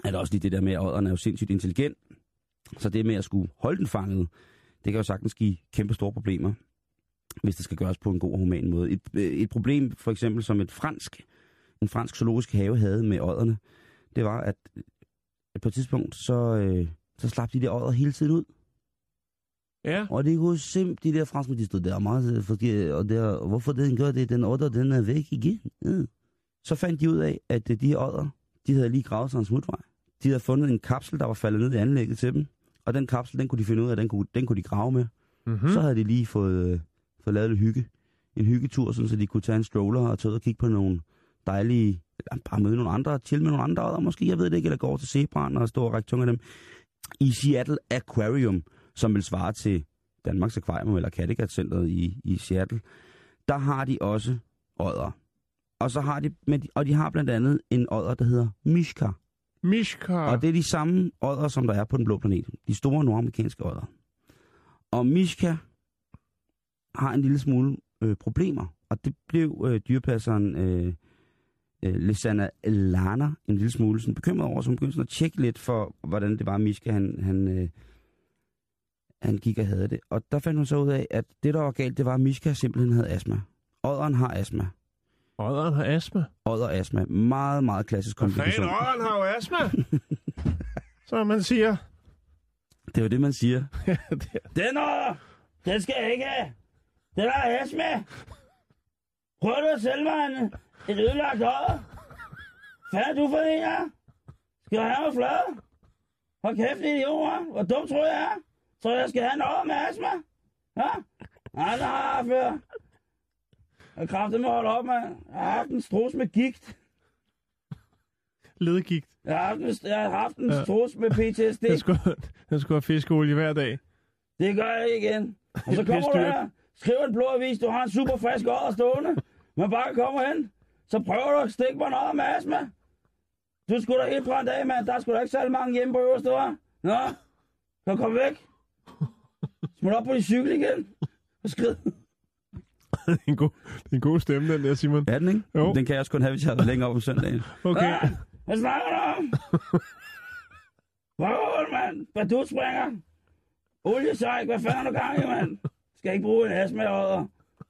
B: Er der også lige det der med, at odderen er jo sindssygt intelligent. Så det med at skulle holde den fanget, det kan jo sagtens give kæmpe store problemer, hvis det skal gøres på en god og human måde. Et, øh, et problem for eksempel, som et fransk, en fransk zoologisk have havde med odderne, det var, at at på et tidspunkt, så, øh, så slap de der øjet hele tiden ud.
D: Ja,
B: Og det kunne simpelthen, de der franskmænd, de stod der meget, øh, fordi, og der, hvorfor den gør det, den otter, den er væk igen. Ja. Så fandt de ud af, at øh, de her odder, de havde lige gravet sig en smutvej. De havde fundet en kapsel, der var faldet ned i anlægget til dem. Og den kapsel, den kunne de finde ud af, den kunne, den kunne de grave med.
D: mm-hmm.
B: Hmm. Så havde de lige fået, øh, fået lavet lidt hygge. En hyggetur, sådan, så de kunne tage en stroller og tage ud og kigge på nogle dejlige... ja, Bare møde nogle andre, chill med nogle andre, og måske, jeg ved det ikke, eller gå over til zebraen og stå og række tunge af dem. I Seattle Aquarium, som vil svare til Danmarks Aquarium eller Kattegat Centeret i, i Seattle, der har de også odder. Og, så har de, men de, og de har blandt andet en odder, der hedder Mishka.
D: Mishka.
B: Og det er de samme odder, som der er på den blå planet. De store nordamerikanske odder. Og Mishka har en lille smule øh, problemer. Og det blev øh, dyrepasseren øh, øh, Lesana Lana en lille smule sådan, bekymret over, som begyndte sådan at tjekke lidt for, hvordan det var, Mishka han, han, øh, han gik og havde det. Og der fandt hun så ud af, at det, der var galt, det var, at Mishka simpelthen havde astma. Odderen har astma.
D: Odderen har astma.
B: Odder astma. Meget, meget klassisk
D: Hvad fanden,
B: komplikation.
D: odderen har jo astma. ligesom- (laughs) Som man siger.
B: Det er jo det, man
D: (laughs)
B: siger.
D: det er-
B: Den er, den skal jeg ikke have. Den har astma. Prøv du at sælge mig en, et ødelagt øje? Fanden er du for en her? Skal jeg have mig flad? Hold kæft, idioter. Hvor dum tror jeg er? Tror jeg, jeg skal have en øje med astma? Ja? Nej, det har jeg haft før. Jeg er kraftet med at holde op, mand. Jeg har haft en strus med gigt.
D: Ledegigt.
B: Jeg har haft en, jeg har haft en
D: Ja.
B: strus med PTSD.
D: Jeg skulle, jeg skulle have fiskeolie hver dag.
B: Det gør jeg ikke igen. Og så
D: Det er
B: kommer du
D: pisse dyrt.
B: her, skriver en blå avis, du har en super frisk ådder stående, men bare kommer hen, så prøver du at stikke mig noget med astma. Du skulle da helt brændt af, mand. Der skulle da ikke særlig mange hjemme på øverste, hva'? Nå, så kom væk. Smut op på din cykel igen. Og skrid.
D: Det er en god, det er en god stemme, den der, Simon.
B: Er den, ikke?
D: Jo. Den
B: kan jeg også kun have, hvis jeg har længe op om søndagen.
D: (laughs) Okay.
B: Ah, hvad snakker du
D: (laughs)
B: om? Røvhul, mand. Hvad du springer. Oliesejk, hvad fanden har du gang i, mand? Skal ikke bruge en astma over.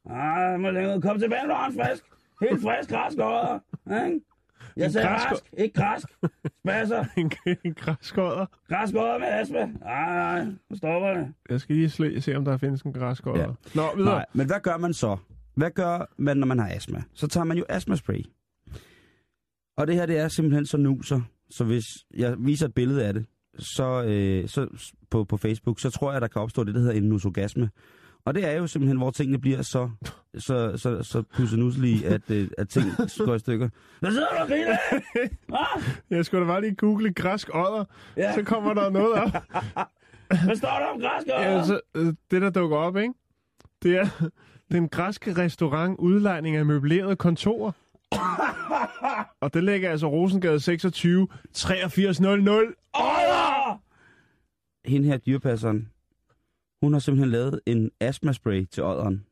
B: Ah, jeg må længe. Kom tilbage, når du har en frisk. Helt frisk græsk over. Ikke? Jeg sagde
D: græsk-
B: græsk, ikke græsk. Spasser.
D: (laughs) En, en græskodder.
B: Græsk over med astma. Nej, nej, nu stopper det.
D: Jeg skal lige slæ, se, om der findes en græskodder.
B: Ja.
D: Ja. Nå, videre.
B: Nej, men hvad gør man så? Hvad gør man, når man har astma? Så tager man jo astmaspray. Og det her, det er simpelthen så nuser. Så hvis jeg viser et billede af det, så, øh, så s- på, på Facebook, så tror jeg, der kan opstå det, der hedder en nusogasme. Og det er jo simpelthen, hvor tingene bliver så, så, så, så pussenuslige, at, øh, at ting går i stykker. Hvad sidder du og griner af? Ah,
D: Jeg skulle da bare lige google græskodder.
B: Ja.
D: Ja. Så kommer der noget op. (laughs)
B: hvad står der om græsk?
D: Ja, så, øh, det, der dukker op, ikke? Det er (laughs) den græske restaurant udlejning af møblerede (laughs) kontorer. Og det ligger altså Rosengade 26, 8300.
B: Odder! Hende her, dyrepasseren, hun har simpelthen lavet en astmaspray til odderen,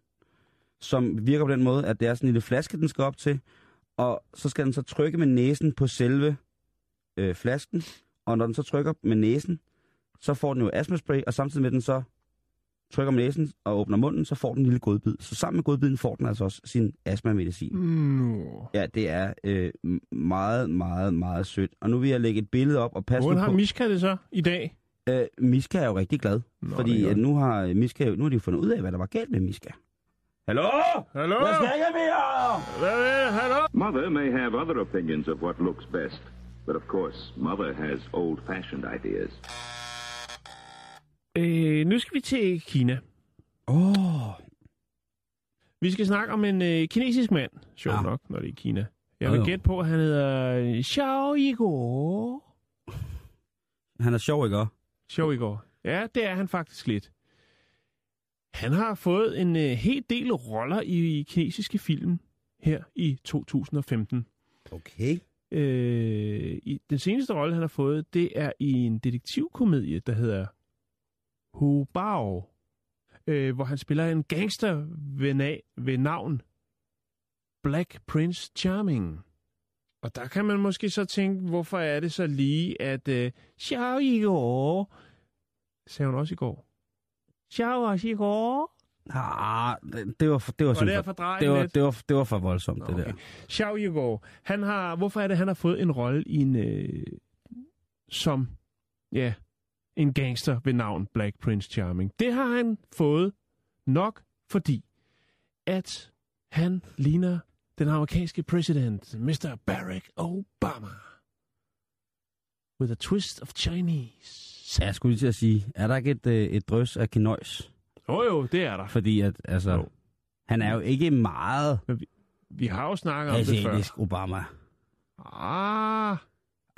B: som virker på den måde, at det er sådan en lille flaske, den skal op til, og så skal den så trykke med næsen på selve øh, flasken, og når den så trykker med næsen, så får den jo astmaspray, og samtidig med den så trykker med næsen og åbner munden, så får den en lille godbid. Så sammen med godbiden får den altså også sin astmamedicin.
D: Nå.
B: Ja, det er øh, meget, meget, meget sødt. Og nu vil jeg lægge et billede op, og pas nu
D: Hvordan har
B: på...
D: Miska det så i dag?
B: Øh, Miska er jo rigtig glad, Nå,
D: det
B: fordi
D: er
B: at
D: godt.
B: nu har øh, Miska, nu har de jo fundet ud af, hvad der var galt med Miska. Hallo?
D: Hallo?
B: Hvad skal jeg mere?
D: Hvad med? Hallo?
H: Mother may have other opinions of what looks best, but of course, Mother has old fashioned ideas.
D: Øh, nu skal vi til Kina.
B: Åh, oh,
D: Vi skal snakke om en øh, kinesisk mand. Sjovt
B: Ah.
D: ja. nok, når det er Kina.
B: Jo,
D: Jeg vil
B: jo.
D: gætte på, at han hedder øh, Xiao Igor.
B: han er sjov, ikke også?
D: Sjov i går. Ja, det er han faktisk lidt. Han har fået en øh, hel del roller i, i kinesiske film her i 2015.
B: Okay.
D: Øh, i, den seneste rolle, han har fået, det er i en detektivkomedie, der hedder Hu Bao, øh, hvor han spiller en gangster ved, na- ved navn Black Prince Charming. Og der kan man måske så tænke, hvorfor er det så lige, at øh, Xiao i går, sagde hun også i går. Xiao også i går.
B: Ah, det, det var for, det var,
D: Og
B: simpelthen
D: derfor drejer
B: det, var,
D: lidt.
B: det, var, det var for voldsomt, Nå, det der.
D: Okay. Xiao Yigor, han har, hvorfor er det, han har fået en rolle i en, øh, som, ja, en gangster ved navn Black Prince Charming. Det har han fået nok, fordi at han ligner den amerikanske præsident, Mr. Barack Obama. With a twist of Chinese.
B: Ja, jeg skulle lige til at sige, er der ikke et, øh, et drøs af kinøjs?
D: Jo jo, det er der.
B: Fordi at, altså,
D: Jo.
B: han er jo ikke meget
D: Vi har jo snakket
B: Altså,
D: om det før.
B: asiatisk Obama.
D: Ah,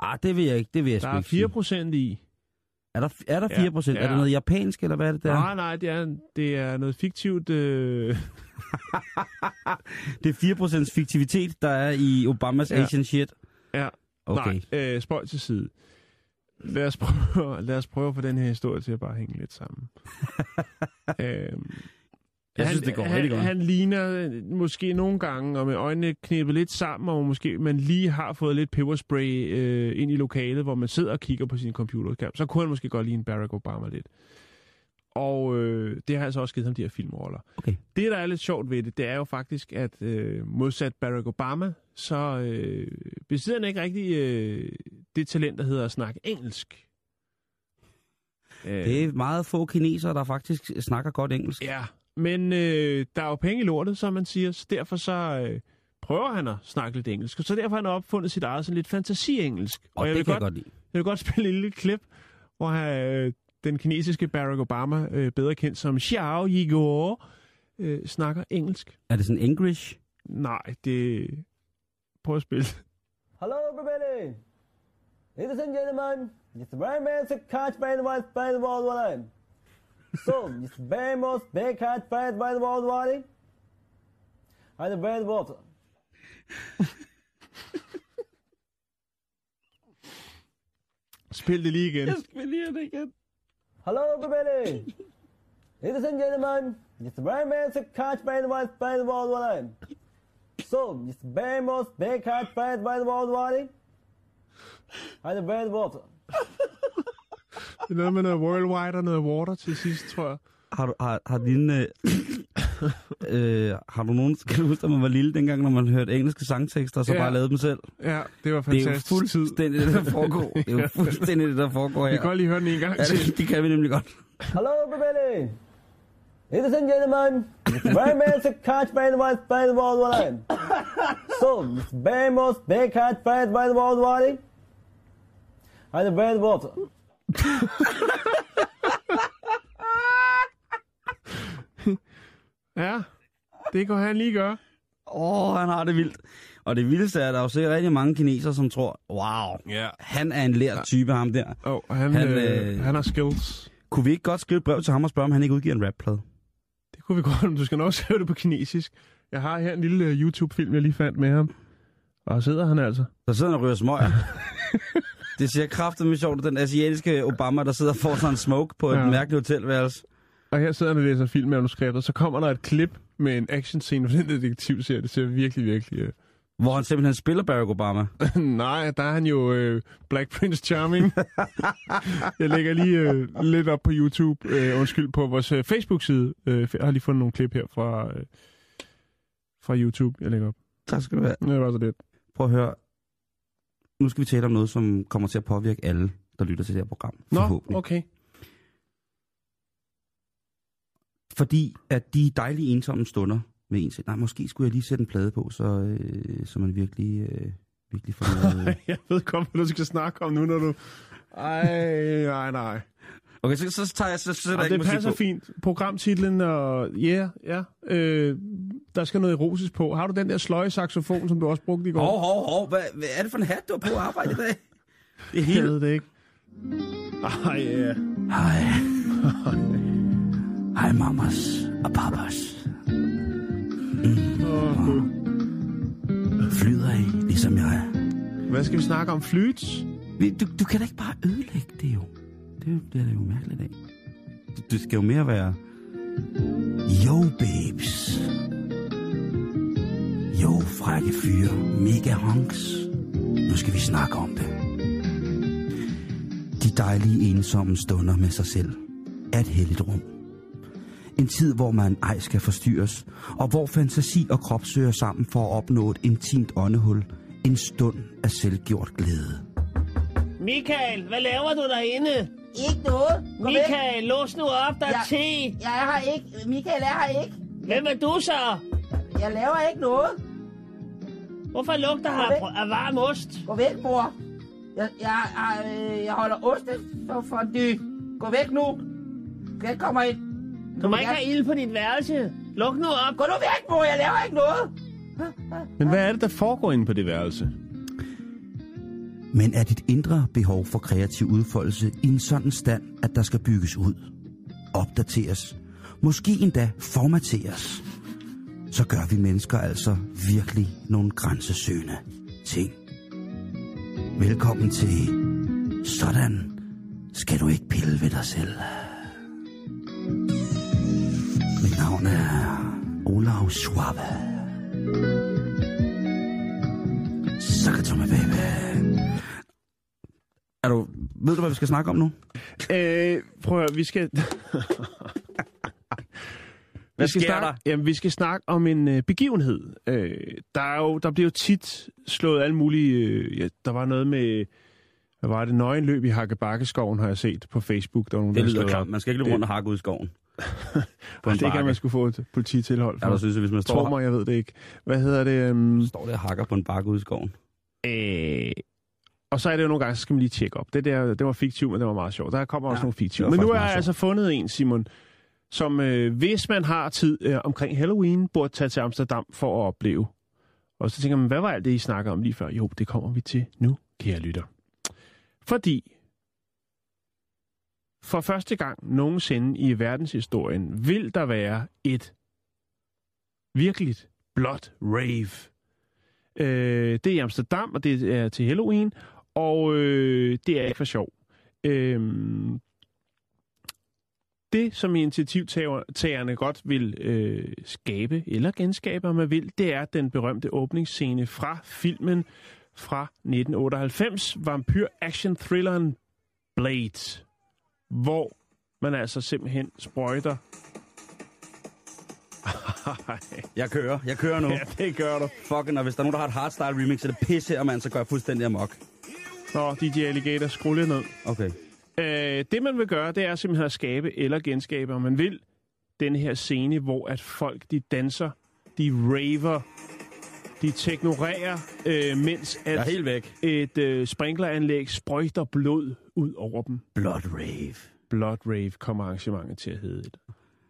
B: Ah, det vil jeg ikke, det vil jeg
D: der
B: sgu
D: er
B: ikke sige.
D: 4% i.
B: Er der, er der
D: Ja,
B: 4 procent? Ja, Er
D: ja.
B: det noget japansk, eller hvad er det der?
D: Ah, Nej, nej, det er, det er noget fiktivt... Øh...
B: Det er 4 procents fiktivitet, der er i Obamas
D: Ja.
B: Asian shit.
D: Ja.
B: Okay. Nej.
D: Nej, øh, spøj til side. Lad os, (laughs) prøve, lad os prøve at få den her historie til at bare hænge lidt
B: (laughs)
D: sammen. øhm,
B: Jeg synes, det går
D: han,
B: rigtig godt.
D: Han, han ligner øh, måske nogle gange, og med øjnene knæppet lidt sammen, og måske man lige har fået lidt peberspray øh, ind i lokalet, hvor man sidder og kigger på sin computerskærm. Så kunne han måske godt ligne Barack Obama lidt. Og øh, det har altså også givet ham de her filmroller.
B: Okay.
D: Det, der er lidt sjovt ved det, det er jo faktisk, at øh, modsat Barack Obama, så øh, besidder han ikke rigtig øh, det talent, der hedder at snakke engelsk. Øh,
B: Det er meget få kinesere, der faktisk snakker godt engelsk.
D: Ja, men øh, der er jo penge i lortet, som man siger, så derfor så øh, prøver han at snakke lidt engelsk. Og så derfor har han opfundet sit eget sådan lidt fantasi-engelsk.
B: Og, og
D: jeg,
B: det
D: vil
B: kan jeg
D: godt,
B: godt lide.
D: jeg vil godt (laughs) spille et lille klip, hvor han, øh, den kinesiske Barack Obama, øh, bedre kendt som Xiao Yigo, øh, snakker engelsk.
B: Er det sådan English?
D: Nej, det... Prøv at spille. (laughs)
I: Hello, everybody. Ladies and gentlemen, it's very much a catch by the world by the world wide. So, (laughs) it's very much big catch by the world wide. And the world water.
D: Spil det lige igen.
I: Hello, everybody. Ladies and gentlemen, it's very much a catch by the world by the world wide. So, it's very much big catch by the world wide. And the world water.
D: Det er noget med noget worldwide og noget water til sidst, tror jeg.
B: Har, du- har, har din... Øh, øh, har du nogen... Kan du huske, at man var lille dengang, når man hørte engelske sangtekster, og så
D: Ja.
B: ja. bare lavede dem selv?
D: Ja, det var
B: Det er jo
D: fantastisk. tid.
B: fuldstændig det, der foregår. Det
D: (laughs)
B: er jo fuldstændig det, der foregår her.
D: Vi kan godt lige høre den en gang
B: Ja,
D: til.
B: det, det kan vi nemlig godt.
I: Hello, everybody. Ladies and gentlemen, it's very much a catch by the world by the world wide. So, it's very much big catch by the world wide. And the world water.
D: Ja, det kan han lige gøre.
B: Åh, oh, han har det vildt. Og det vildeste er, at der er jo sikkert rigtig mange kinesere, som tror, wow,
D: Ja.
B: han er en lært type, ham der.
D: Oh, han, han,
B: Han,
D: øh,
B: øh,
D: han har skills.
B: Kunne vi ikke godt skrive et brev til ham og spørge, om han ikke udgiver en rapplade?
D: Det kunne vi godt, men du skal nok (laughs) skrive det på kinesisk. Jeg har her en lille øh, YouTube-film, jeg lige fandt med ham. Og her sidder han altså.
B: Der sidder han og ryger
D: (laughs)
B: smøger. det ser kraftigt med sjovt, den asiatiske Obama, der sidder og får sådan en smoke på et
D: Ja.
B: ja. mærkeligt hotelværelse.
D: Og her sidder han og læser filmmanuskriptet. Så kommer der et klip med en actionscene fra den detektivserie. Det ser virkelig, virkelig... Øh. (laughs)
B: Hvor han simpelthen spiller Barack Obama.
D: Nej, der er han jo øh, Black Prince
B: (laughs)
D: Charming. jeg lægger lige øh, lidt op på YouTube. Øh, undskyld, på vores øh, Facebook-side. Øh, jeg har lige fundet nogle klip her fra, øh, fra YouTube, jeg lægger op.
B: Tak skal du have.
D: Det var så lidt.
B: Prøv at høre. Nu skal vi tale om noget, som kommer til at påvirke alle, der lytter til det her program.
D: Nå,
B: forhåbentlig.
D: okay.
B: Fordi at de dejlige ensomme stunder med en selv. Nej, måske skulle jeg lige sætte en plade på, så, øh, så man virkelig, øh, virkelig får
D: (laughs)
B: noget... Øh.
D: Jeg ved godt, hvad du skal snakke om nu, når du... Ej, nej, nej.
B: Okay, så, så tager jeg... Så, så sætter
D: Og
B: jeg ikke
D: det
B: musik
D: passer
B: på.
D: fint. Programtitlen og... Ja, yeah, ja. Øh, der skal noget erotisk på. Har du den der sløje saxofon, som du også brugte i går?
B: Hov, hov, hov. Hvad, hvad er det for en hat, du har på at arbejde i dag? Det er
D: jeg
B: helt...
D: ved det ikke. Ej, ja.
B: Hej. Hej, mamas og papas.
D: Åh, Gud.
B: Mm. Flyder I, ligesom jeg.
D: Hvad skal vi snakke om? Flyts?
B: Vi- Du, du kan da ikke bare ødelægge det jo. Det, er jo- det er da jo mærkeligt af. Du, du skal jo mere være... Yo, babes. Yo, frække fyre. Mega honks. Nu skal vi snakke om det. De dejlige ensomme stunder med sig selv er et helligt rum. En tid, hvor man ej skal forstyrres, og hvor fantasi og krop søger sammen for at opnå et intimt åndehul. En stund af selvgjort glæde.
E: Michael, hvad laver du derinde?
F: Ikke noget. Kom væk.
E: Michael, lås nu op, der er
F: Ja.
E: te.
F: Jeg er her ikke. Michael er her ikke.
E: Hvem er du så?
F: Jeg laver ikke noget.
E: Hvorfor lugter her
F: Hvad?
E: af varm ost?
F: Gå væk, mor. Jeg, jeg, jeg, øh, jeg holder oste for fondue. Gå væk nu. Jeg kommer ind.
E: Du må ikke
F: Ja.
E: have ild på dit værelse. Luk nu op.
F: Gå nu væk, mor. Jeg laver ikke noget.
D: Men hvad er det, der foregår inde på det værelse?
B: Men er dit indre behov for kreativ udfoldelse i en sådan stand, at der skal bygges ud, opdateres, måske endda formateres, så gør vi mennesker altså virkelig nogle grænsesøgende ting. Velkommen til Sådan skal du ikke pille ved dig selv. Mit navn er Olav Schwabe. Sakatomme baby. Er du, ved du, hvad vi skal snakke om nu?
D: Øh, prøv at høre, vi skal... (laughs) vi skal
B: sker
D: snakke,
B: der?
D: Jamen, vi skal snakke om en øh, begivenhed. Øh, der, er jo, der bliver jo tit slået alle mulige... Øh, ja, der var noget med Hvad var det? Nøgenløb i Hakkebakkeskoven har jeg set på Facebook. Der var nogen,
B: Det
D: der
B: lyder
D: slog
B: klamt. Man skal ikke løbe
D: Det-
B: rundt og hakke ud
D: (laughs)
B: i skoven. på
D: op. Altså,
B: en
D: Det kan
B: bakke.
D: man skulle få et polititilhold
B: Ja,
D: for.
B: der synes jeg, hvis man står,
D: Tror mig, jeg ved det ikke. Hvad hedder det? Um...
B: står der og hakker på en bakke ude i skoven.
D: Øh, og så er det jo nogle gange, så skal man lige tjekke op. Det, der, det var fiktiv, men det var meget sjovt. Der kommer også
B: Ja,
D: nogle fiktive.
B: det var
D: Men nu
B: faktisk
D: har
B: meget
D: jeg altså fundet en, Simon, som øh, hvis man har tid øh, omkring Halloween, burde tage til Amsterdam for at opleve. Og så tænker man, hvad var alt det, I snakker om lige før? Jo, det kommer vi til nu, kære lytter. Fordi for første gang nogensinde i verdenshistorien vil der være et virkeligt blåt rave. Øh, det er i Amsterdam, og det er til Halloween, og øh, det er ikke for sjov. Øh, det, som initiativtagerne godt vil øh, skabe, eller genskabe, om man vil, det er den berømte åbningsscene fra filmen fra 1998, vampyr-action-thrilleren Blade, hvor man altså simpelthen sprøjter...
B: Jeg kører. Jeg kører nu.
D: ja, det gør du.
B: Fucking, og hvis der er nogen, der har et hardstyle remix, så er det pisse her, mand, så går jeg fuldstændig amok.
D: Nå, DJ Alligator, skru lidt ned.
B: Okay.
D: Øh, det man vil gøre, det er simpelthen at skabe eller genskabe, om man vil, den her scene, hvor at folk de danser, de raver, de teknorerer, øh, mens
B: Jeg
D: at
B: er helt væk.
D: et øh, sprinkleranlæg sprøjter blod ud over dem.
B: Blood rave.
D: Blood Rave kommer arrangementet til at hedde.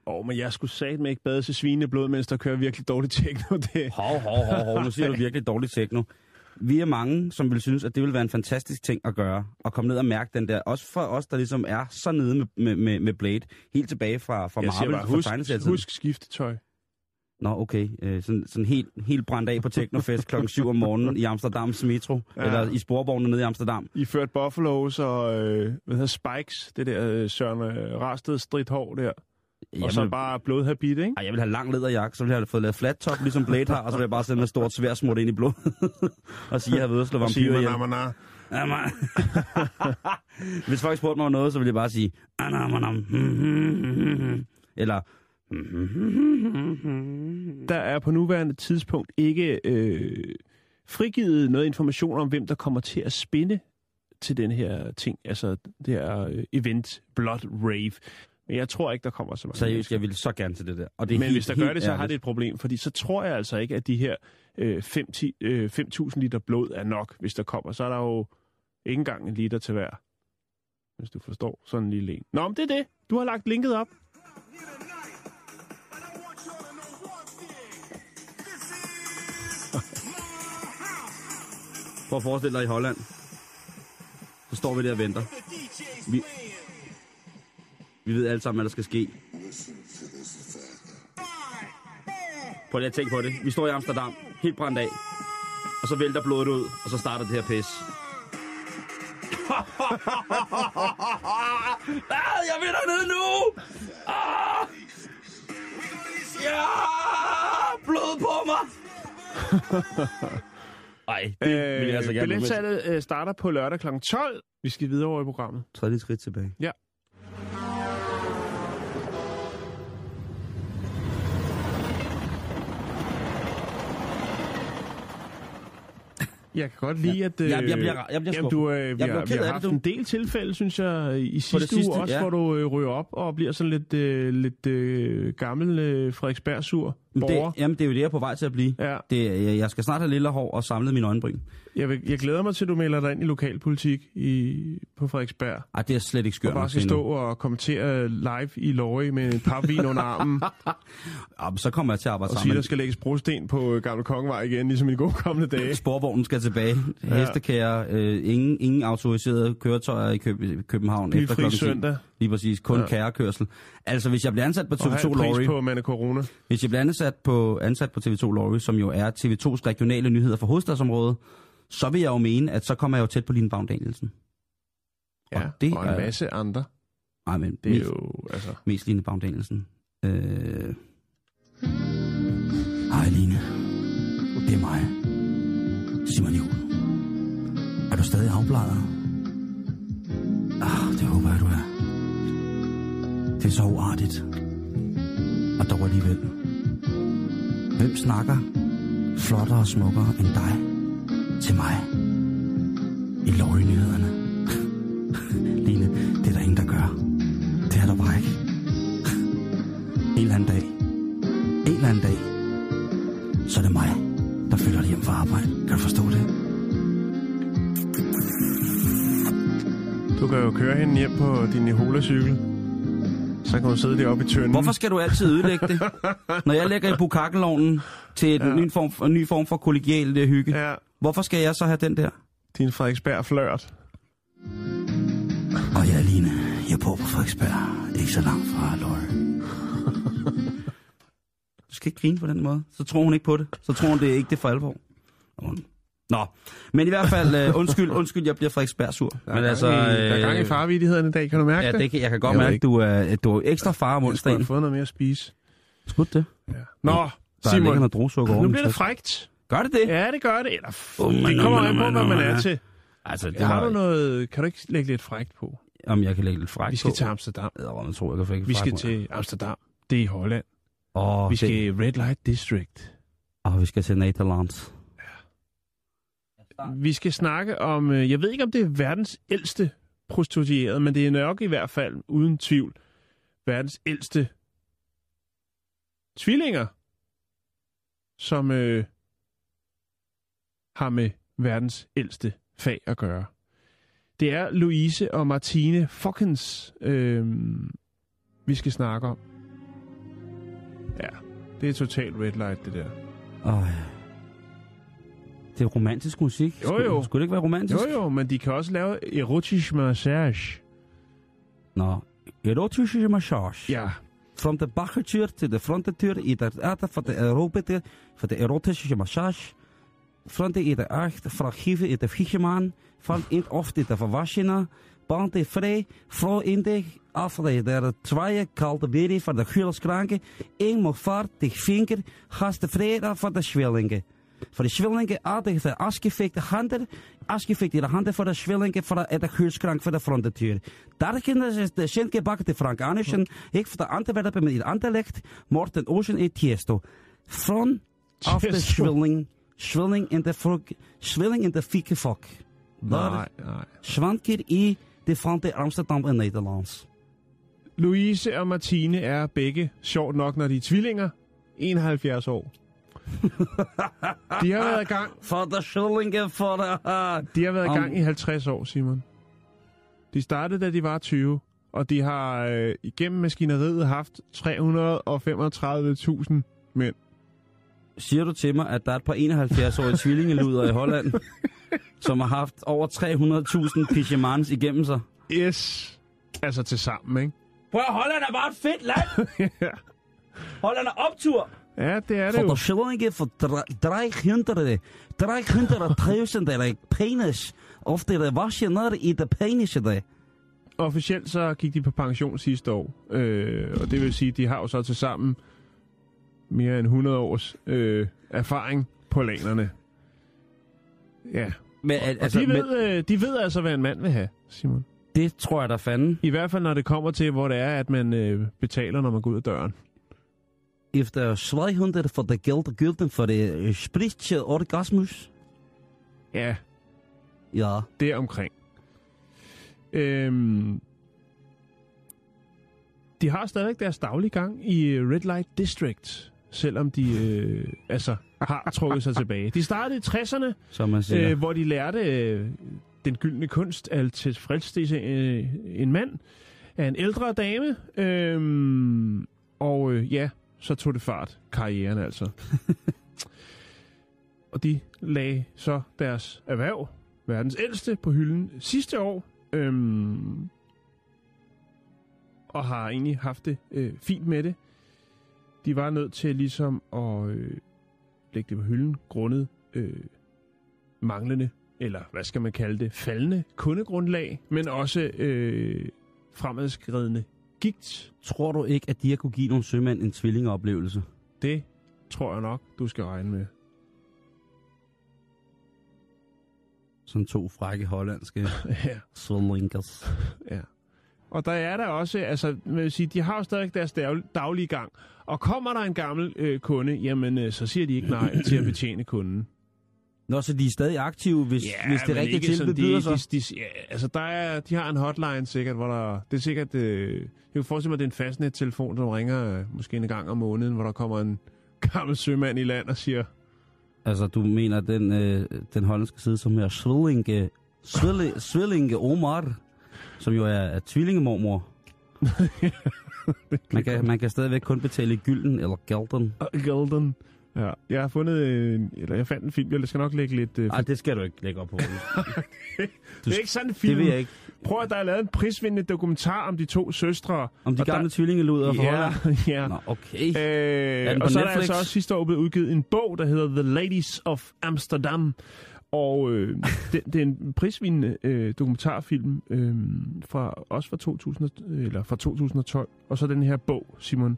D: Åh, oh, men jeg skulle satme ikke bade til svineblod, mens der kører virkelig dårligt techno. Det.
B: Hov, hov, hov, hov. Nu siger du virkelig dårligt techno. Vi er mange, som vil synes, at det vil være en fantastisk ting at gøre. At komme ned og mærke den der. Også for os, der ligesom er så nede med, med, med, med Blade. Helt tilbage fra, fra
D: Jeg siger
B: Marvel. altså.
D: bare,
B: fra
D: husk,
B: tegneserietiden.
D: husk skiftetøj.
B: Nå, okay. Øh, sådan, sådan helt, helt brændt af på Teknofest klokken 7 om morgenen i Amsterdams metro.
D: Ja.
B: Ja. Eller i sporvognene nede i Amsterdam.
D: I ført Buffaloes og øh, hvad hedder Spikes, det der øh, Søren øh, Rasted stridthår der. Og så
B: Jamen,
D: bare blodhabit, ikke?
B: Ej, jeg vil have lang lederjakke, så ville jeg have fået lavet flat top, ligesom Blade har, og så vil jeg bare sende et stort svær smurt ind i blod. (laughs) og sige, at jeg har ved at slå
D: Og sige,
B: vampyrer ihjel.
D: "Mana, mana."
B: Aman. Hvis folk spurgte mig om noget, så ville jeg bare sige, anam, anam. eller, "Hmm."
D: Der er på nuværende tidspunkt ikke øh, frigivet noget information om, hvem der kommer til at spinde til den her ting, altså det her øh, event, Blood Rave. Men jeg tror ikke, der kommer så mange.
B: seriøst, jeg ville så gerne til det der. Og det er
D: Men
B: helt,
D: hvis der gør
B: helt
D: det, så har det
B: ærligt.
D: et problem, fordi så tror jeg altså ikke, at de her øh, 5 ti- øh, 5.000 liter blod er nok, hvis der kommer. Så er der jo ikke engang en liter til hver, hvis du forstår sådan en lille en. Nå, men det er det. Du har lagt linket op.
B: Prøv at forestille dig i Holland. Så står vi der og venter. Vi, vi ved alle sammen, hvad der skal ske. Prøv lige at tænke på det. Vi står i Amsterdam, helt brændt af. Og så vælter blodet ud, og så starter det her pis. (laughs) ah, jeg vil dernede nu! Ah! Ja! Blod på mig! (laughs) Ej, det øh, vil jeg altså gerne.
D: billetsalget øh, starter på lørdag kl. 12. Vi skal videre over i programmet.
B: Tredje skridt tilbage.
D: Ja. Jeg kan godt lide, at... Øh,
B: jeg bliver- jeg bliver
D: jamen,
B: skuffet.
D: du, øh, vi,
B: bliver
D: har, vi
B: ked
D: har
B: af det,
D: haft
B: du.
D: en del tilfælde, synes jeg, i sidste, sidste
B: sidste,
D: uge også,
B: ja.
D: hvor du øh, ryger op og bliver sådan lidt, øh, lidt øh, gammel øh, Frederiksberg-sur
B: Men
D: borger.
B: Det, jamen, det er jo det, jeg er på vej til at blive.
D: Ja.
B: Det, er- jeg, jeg skal snart have lille hår og samlet mine øjenbryn.
D: Jeg, vil, jeg glæder mig til, at du melder dig ind i lokalpolitik i, på Frederiksberg.
B: Ej, det er slet ikke skørt.
D: Og bare
B: nok
D: skal
B: til
D: stå og kommentere live i Lorry med en par vin under
B: (laughs)
D: armen
B: endnu. Ja, men så kommer jeg til at arbejde
D: og sige,
B: sammen.
D: der skal lægges brosten på øh, Gamle Kongevej igen, ligesom i de gode gamle dage.
B: Sporvognen skal tilbage. Ja. Hestekære. Øh, ingen, ingen autoriserede køretøjer i Køb- København
D: Blive
B: efter
D: fri
B: klokken 10.
D: søndag.
B: Lige præcis. Kun
D: Ja.
B: ja. kærekørsel. Altså, hvis jeg bliver ansat på
D: Og have
B: TV2
D: en pris
B: Lorry,
D: på Mande Corona.
B: hvis jeg bliver ansat på, ansat på TV2 Lorry, som jo er TV2's regionale nyheder for hovedstadsområdet, så vil jeg jo mene, at så kommer jeg jo tæt på Line Bavn Danielsen.
D: Ja, og,
B: det
D: det og en
B: er-
D: masse andre.
B: Nej, men
D: Det er
B: mest-
D: jo, altså...
B: Mest Line Baum Danielsen. Øh... Hej Line. Det er mig. Simon Juhl. Er du stadig afbladet? Ah, det håber jeg, du er. Det er så uartigt. Og dog alligevel. Hvem snakker (laughs) flottere og smukkere end dig til mig? I lovlig nyhederne. En eller anden dag, en eller anden dag, så er det mig, der følger dig hjem fra arbejde. Kan du forstå det?
D: Du kan jo køre hende hjem på din Nehola-cykel. Så kan du sidde deroppe i tønden.
B: Hvorfor skal du altid ødelægge (laughs) det? Når jeg lægger i bukakkelovnen til en ja. ny, form, en ny form for kollegial øh, hygge, ja.
D: Ja,
B: hvorfor skal jeg så have den der?
D: din Frederiksberg flørt.
B: Og jeg er Line. Jeg bor på Frederiksberg. Ikke så langt fra Lorry. du skal ikke grine på den måde. Så tror hun ikke på det. Så tror hun, det er ikke det for alvor. Og hun- Nå, men i hvert fald, øh, undskyld, undskyld, jeg bliver Frederiksberg sur. Men altså,
D: Der er gang i farvidigheden i dag, kan du mærke
B: Ja, det kan, jeg kan godt
D: Jeg ved
B: mærke,
D: ikke.
B: du er, du er ekstra far om
D: Jeg skulle
B: onsdagen.
D: have fået noget mere at spise.
B: Skud det.
D: Ja. Nå,
B: Der Simon. ligger
D: Simon.
B: noget drosukker over
D: Nu
B: min
D: bliver det
B: taske.
D: frægt.
B: Gør det det?
D: Ja, det gør det. Eller, f-
B: Oh, man,
D: det kommer
B: oh, man,
D: an på,
B: man,
D: hvad
B: oh,
D: man
B: man.
D: er til.
B: Altså, det
D: Har
B: har,
D: du noget, kan du ikke lægge lidt frægt på?
B: om jeg kan lægge lidt fræk
D: Vi skal
B: på.
D: til Amsterdam.
B: Edderrømme, tror jeg, jeg kan få ikke
D: Vi
B: fræk
D: skal
B: på.
D: til Amsterdam. Det er i Holland.
B: Åh,
D: Vi skal i Red Light District.
B: Åh, vi skal til Nederland.
D: Vi skal snakke om, øh, jeg ved ikke om det er verdens ældste prostituerede, men det er nok i hvert fald uden tvivl verdens ældste tvillinger, som øh, har med verdens ældste fag at gøre. Det er Louise og Martine Fokkens, øh, vi skal snakke om. Ja, det er totalt red light, det der.
B: Åh, ja. Det er romantisk musik.
D: Jo,
B: Skulle-
D: jo.
B: Skulle det ikke være romantisk?
D: Jo jo, men de kan også lave erotisk massage.
B: Nå. Erotische massage.
D: Ja,
B: From the bakketjør til the frontetjør i der atter for de erobete, for de erotische massage. Fronte i de acht, fra gieven i de viegemaan, van in of dit de verwassene, band de vrij, vrouw in de afle, der tweeën kalte beri van de gulenskranken, eenmaal vaart de vinker, gast de vrede van de zwillingen. Voor de zwillingen altijd de afgefikte handen, afgefikte handen voor de zwillingen van de, de guurskrank van de frontetuur. Daar kunnen ze de Sintke bakken de Frank Anussen, ik van de Antwerpen met in Antelegt, Morten Ocean en Tiesto. Front af de
D: Tiesto.
B: zwilling, zwilling in de frok, zwilling in de fieke fok. Daar
D: Nej, nej.
B: zwanker i de Fante Amsterdam en Nederlands.
D: Louise og Martine er begge, sjovt nok, når de er tvillinger, 71 år. de har været i gang,
B: Voor de zwillingen voor de... Uh,
D: de har været i,
B: Om-
D: gang i 50 år, Simon. De startede, da de var 20, og de har øh, igennem maskineriet haft 335.000 mænd.
B: siger du til mig, at der er et par 71-årige tvillingeluder i Holland, som har haft over 300.000 pyjamans igennem sig?
D: Yes! Altså til sammen, ikke? (laughs)
C: Prøv at Holland er bare et fedt land.
D: Ja.
C: Holland er optur.
D: ja, det er det
B: For
D: jo.
B: de slingen for 300.000 300.000 penis. Of det was je naar i de penis der.
D: Officielt så gik de på pension sidste år, øh, og det vil sige, at de har jo så til sammen mere end 100 års øh, erfaring på lanerne. Ja,
B: Men, al-
D: og altså,
B: altså,
D: de,
B: men
D: ved, øh, de ved altså, hvad en mand vil have, Simon.
B: det tror jeg da fanden.
D: I hvert fald, når det kommer til, hvor det er, at man øh, betaler, når man går ud af døren.
B: If der 200 for de gilde gulden for de spritje orgasmus.
D: Ja,
B: Ja.
D: det er omkring. Øhm, de har stadigvæk deres daglige gang i øh, Red Light District, selvom de øh, altså har trukket sig (laughs) tilbage. De startede i 60'erne,
B: Som man siger.
D: øh, hvor de lærte øh, den gyldne kunst at tilfredsstille øh, en mand af en ældre dame. Øh, og øh, ja, så tog det fart, karrieren
B: (laughs)
D: altså. og de lagde så deres erhverv, verdens ældste, på hylden sidste år. Øhm, og har egentlig haft det øh, fint med det. De var nødt til ligesom at øh, lægge det på hylden, grundet øh, manglende, eller hvad skal man kalde det, faldende kundegrundlag, men også øh, fremadskridende gigt.
B: Tror du ikke, at de har kunne give nogle sømænd en tvillingeoplevelse?
D: Det tror jeg nok, du skal regne med.
B: Sådan to frække (laughs) hollandske
D: ja.
B: swillingers.
D: Og der er der også, altså, man vil sige, de har jo stadig deres dag- daglige gang. Og kommer der en gammel øh, kunde, jamen, øh, så siger de ikke nej til at betjene kunden.
B: Nå, så de er stadig aktive, hvis, hvis det
D: men
B: rigtige
D: ikke
B: tilbud
D: sådan,
B: byder sig?
D: de, de, de, ja, altså, der er, de har en hotline sikkert, hvor der... Det er sikkert... Øh, jeg kan forestille mig, at det er en fastnet-telefon, som ringer øh, måske en gang om måneden, hvor der kommer en gammel sømand i land og siger...
B: Altså, du mener den, øh, den hollandske side, som hedder Svillinge, Sville, Svillinge Omar, som jo er, er (laughs) tvillingemormor. man, kan, man kan stadigvæk kun betale i gylden eller galden.
D: "Ah, Golden. Ja, jeg har fundet... Øh, eller jeg fandt en film. Jeg skal nok lægge lidt... Øh,
B: Nej, det skal du ikke lægge op på.
D: det er ikke sådan en film.
B: (laughs) det vil jeg ikke.
D: Prøv at der er lavet en prisvindende dokumentar om de to søstre.
B: Om de
D: og
B: gamle tvillingeluder fra
D: der,
B: Holland.
D: Ja, (laughs) ja.
B: Nå, okay. Er
D: Øh,
B: den
D: og
B: på
D: så er der
B: Netflix?
D: altså også sidste år blevet udgivet en bog, der hedder The Ladies of Amsterdam. Og øh, det, det er en prisvindende øh, dokumentarfilm, øh, fra, også fra, 2000, eller fra 2012. Og så den her bog, Simon.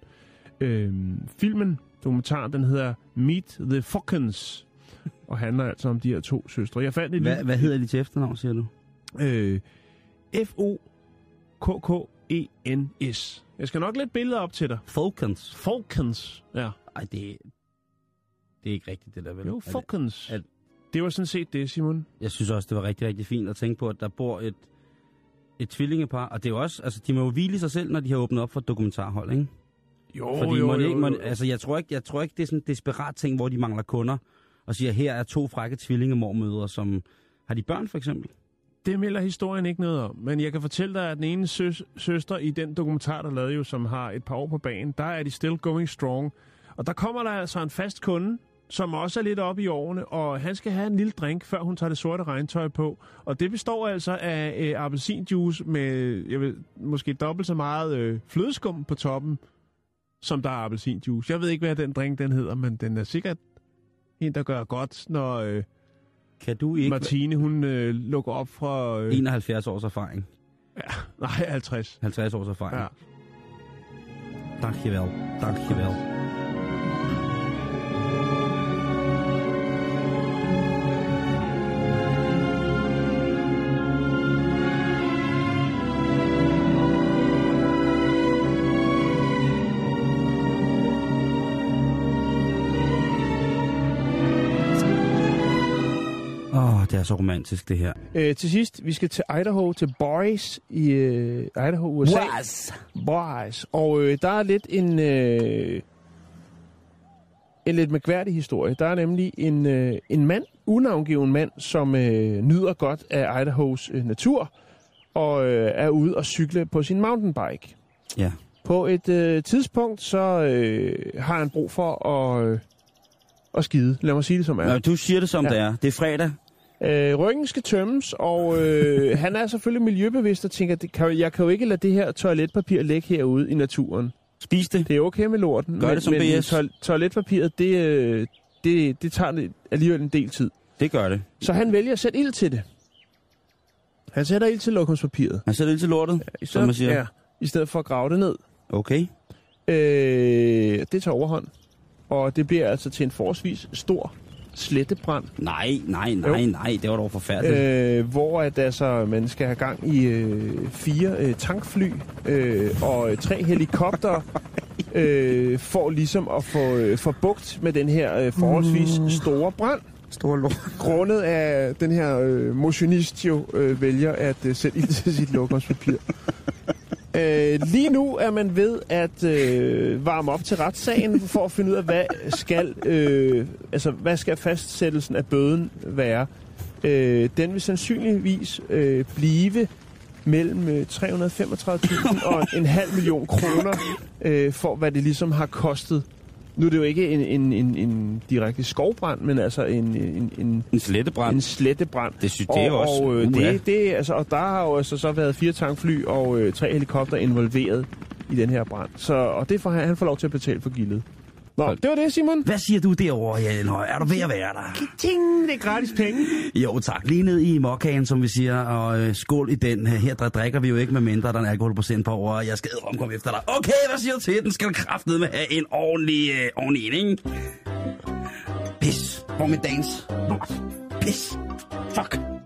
D: Øh, filmen, dokumentaren, den hedder Meet the Fuckens. Og handler altså om de her to søstre. Jeg fandt et
B: Hvad, hvad hedder de til efternavn, siger du?
D: Øh, F-O-K-K-E-N-S. E Jeg skal nok lidt billeder op til dig.
B: Falcons.
D: Falkens. Ja.
B: Ej, det, det er ikke rigtigt, det der vel? Er
D: Jo,
B: det-
D: Falkens.
B: er det-
D: Det var sådan set det, Simon.
B: Jeg synes også, det var rigtig, rigtig fint at tænke på, at der bor et, et tvillingepar. Og det er jo også, altså de må jo hvile i sig selv, når de har åbnet op for et dokumentarhold, ikke?
D: Jo,
B: Fordi man ikke, man, altså, jeg tror ikke, jeg tror ikke, det er sådan en desperat ting, hvor de mangler kunder og siger, her er to frække tvillingemormødre, som... Har de børn, for eksempel?
D: Det melder historien ikke noget om, men jeg kan fortælle dig, at den ene søs- søster i den dokumentar, der er lavet jo, som har et par år på banen, der er de still going strong. Og der kommer der altså en fast kunde, som også er lidt oppe i årene, og han skal have en lille drink, før hun tager det sorte regntøj på. Og det består altså af øh, appelsinjuice med jeg ved, måske dobbelt så meget øh, flødeskum på toppen, som der er appelsinjuice. Jeg ved ikke, hvad den drink den hedder, men den er sikkert en, der gør godt, når øh,
B: Kan du ikke...
D: Martine hun øh, lukker op fra... Øh,
B: 71 års erfaring.
D: Nej, 50.
B: 50 års erfaring.
D: Ja.
B: Ja.
G: Mm.
B: Dankjewel. Dankjewel. Åh, det er så romantisk, det her.
G: Øh, til sidst, vi skal til Idaho, til Boys i øh, Idaho, USA. Boys. Boys. Og øh, der er lidt en, øh, en lidt mærkværdig historie. Der er nemlig en, øh, en mand, unavngiven mand, som øh, nyder godt af Idahos øh, natur, og øh, er ude og cykle på sin mountainbike.
B: Ja.
G: På et øh, tidspunkt, så øh, har han brug for at, øh, at skide. Lad mig sige det som er.
B: Nå, du siger det, som
G: Ja.
B: ja. det er. Det er fredag.
G: Øh, ryggen skal tømmes, og øh, han er selvfølgelig miljøbevidst og tænker, det kan, jo- jeg kan jo ikke lade det her toiletpapir ligge herude i naturen.
B: Spis det.
G: Det er okay med lorten,
B: Gør
G: men,
B: det som
G: men
B: BS.
G: toil- toiletpapiret, det, øh, det, det tager alligevel en del tid.
B: Det gør det.
G: Så han vælger at sætte ild til det. Han sætter ild til lokumspapiret.
B: Man sætter det til lortet,
G: I
B: ja, som man siger. Ja.
G: ja, I stedet for at grave det ned.
B: Okay.
G: Øh, det tager overhånd, og det bliver altså til en forholdsvis stor slettebrand.
B: Nej, nej, nej, nej. Det var dog forfærdeligt. Øh.
G: øh, hvor at altså, man skal have gang i øh, fire øh, tankfly øh, og øh, tre helikopter øh, for ligesom at få, øh, få bugt med den her øh, forholdsvis store brand.
B: Stor lort.
G: Grundet af den her øh, motionist jo øh, vælger at øh, sætte ild til sit lokumspapir. Øh, lige nu er man ved at øh, varme op til retssagen for at finde ud af, hvad skal, øh, altså, hvad skal fastsættelsen af bøden være. Øh, den vil sandsynligvis øh, blive mellem øh, 335.000 og en halv million kroner øh, for, hvad det ligesom har kostet. Nu er det jo ikke en, en, en, en direkte skovbrand, men altså en, en, en,
B: En slettebrand.
G: en slettebrand.
B: Det synes det er
G: og,
B: også...
G: Og, øh,
B: Uha.
G: det, det, altså, og der har jo altså så været fire tankfly og øh, tre helikopter involveret i den her brand. Så, og det får han, han får lov til at betale for gildet. Nå,
B: Hold-
G: det var det, Simon.
B: Hvad siger du derovre, Jan Høj? Er du ved at være der?
G: Ting, det er gratis penge.
B: Jo tak, lige ned i mokkagen, som vi siger, og øh, skål i den. Her der drikker vi jo ikke, med mindre der er en alkoholprocent på over, og jeg skal omkomme efter dig. Okay, hvad siger du til? Den skal du kraftedeme med have en ordentlig, øh, ordentlig en, ikke? Pis. Hvor er mit dans? Pis. Fuck.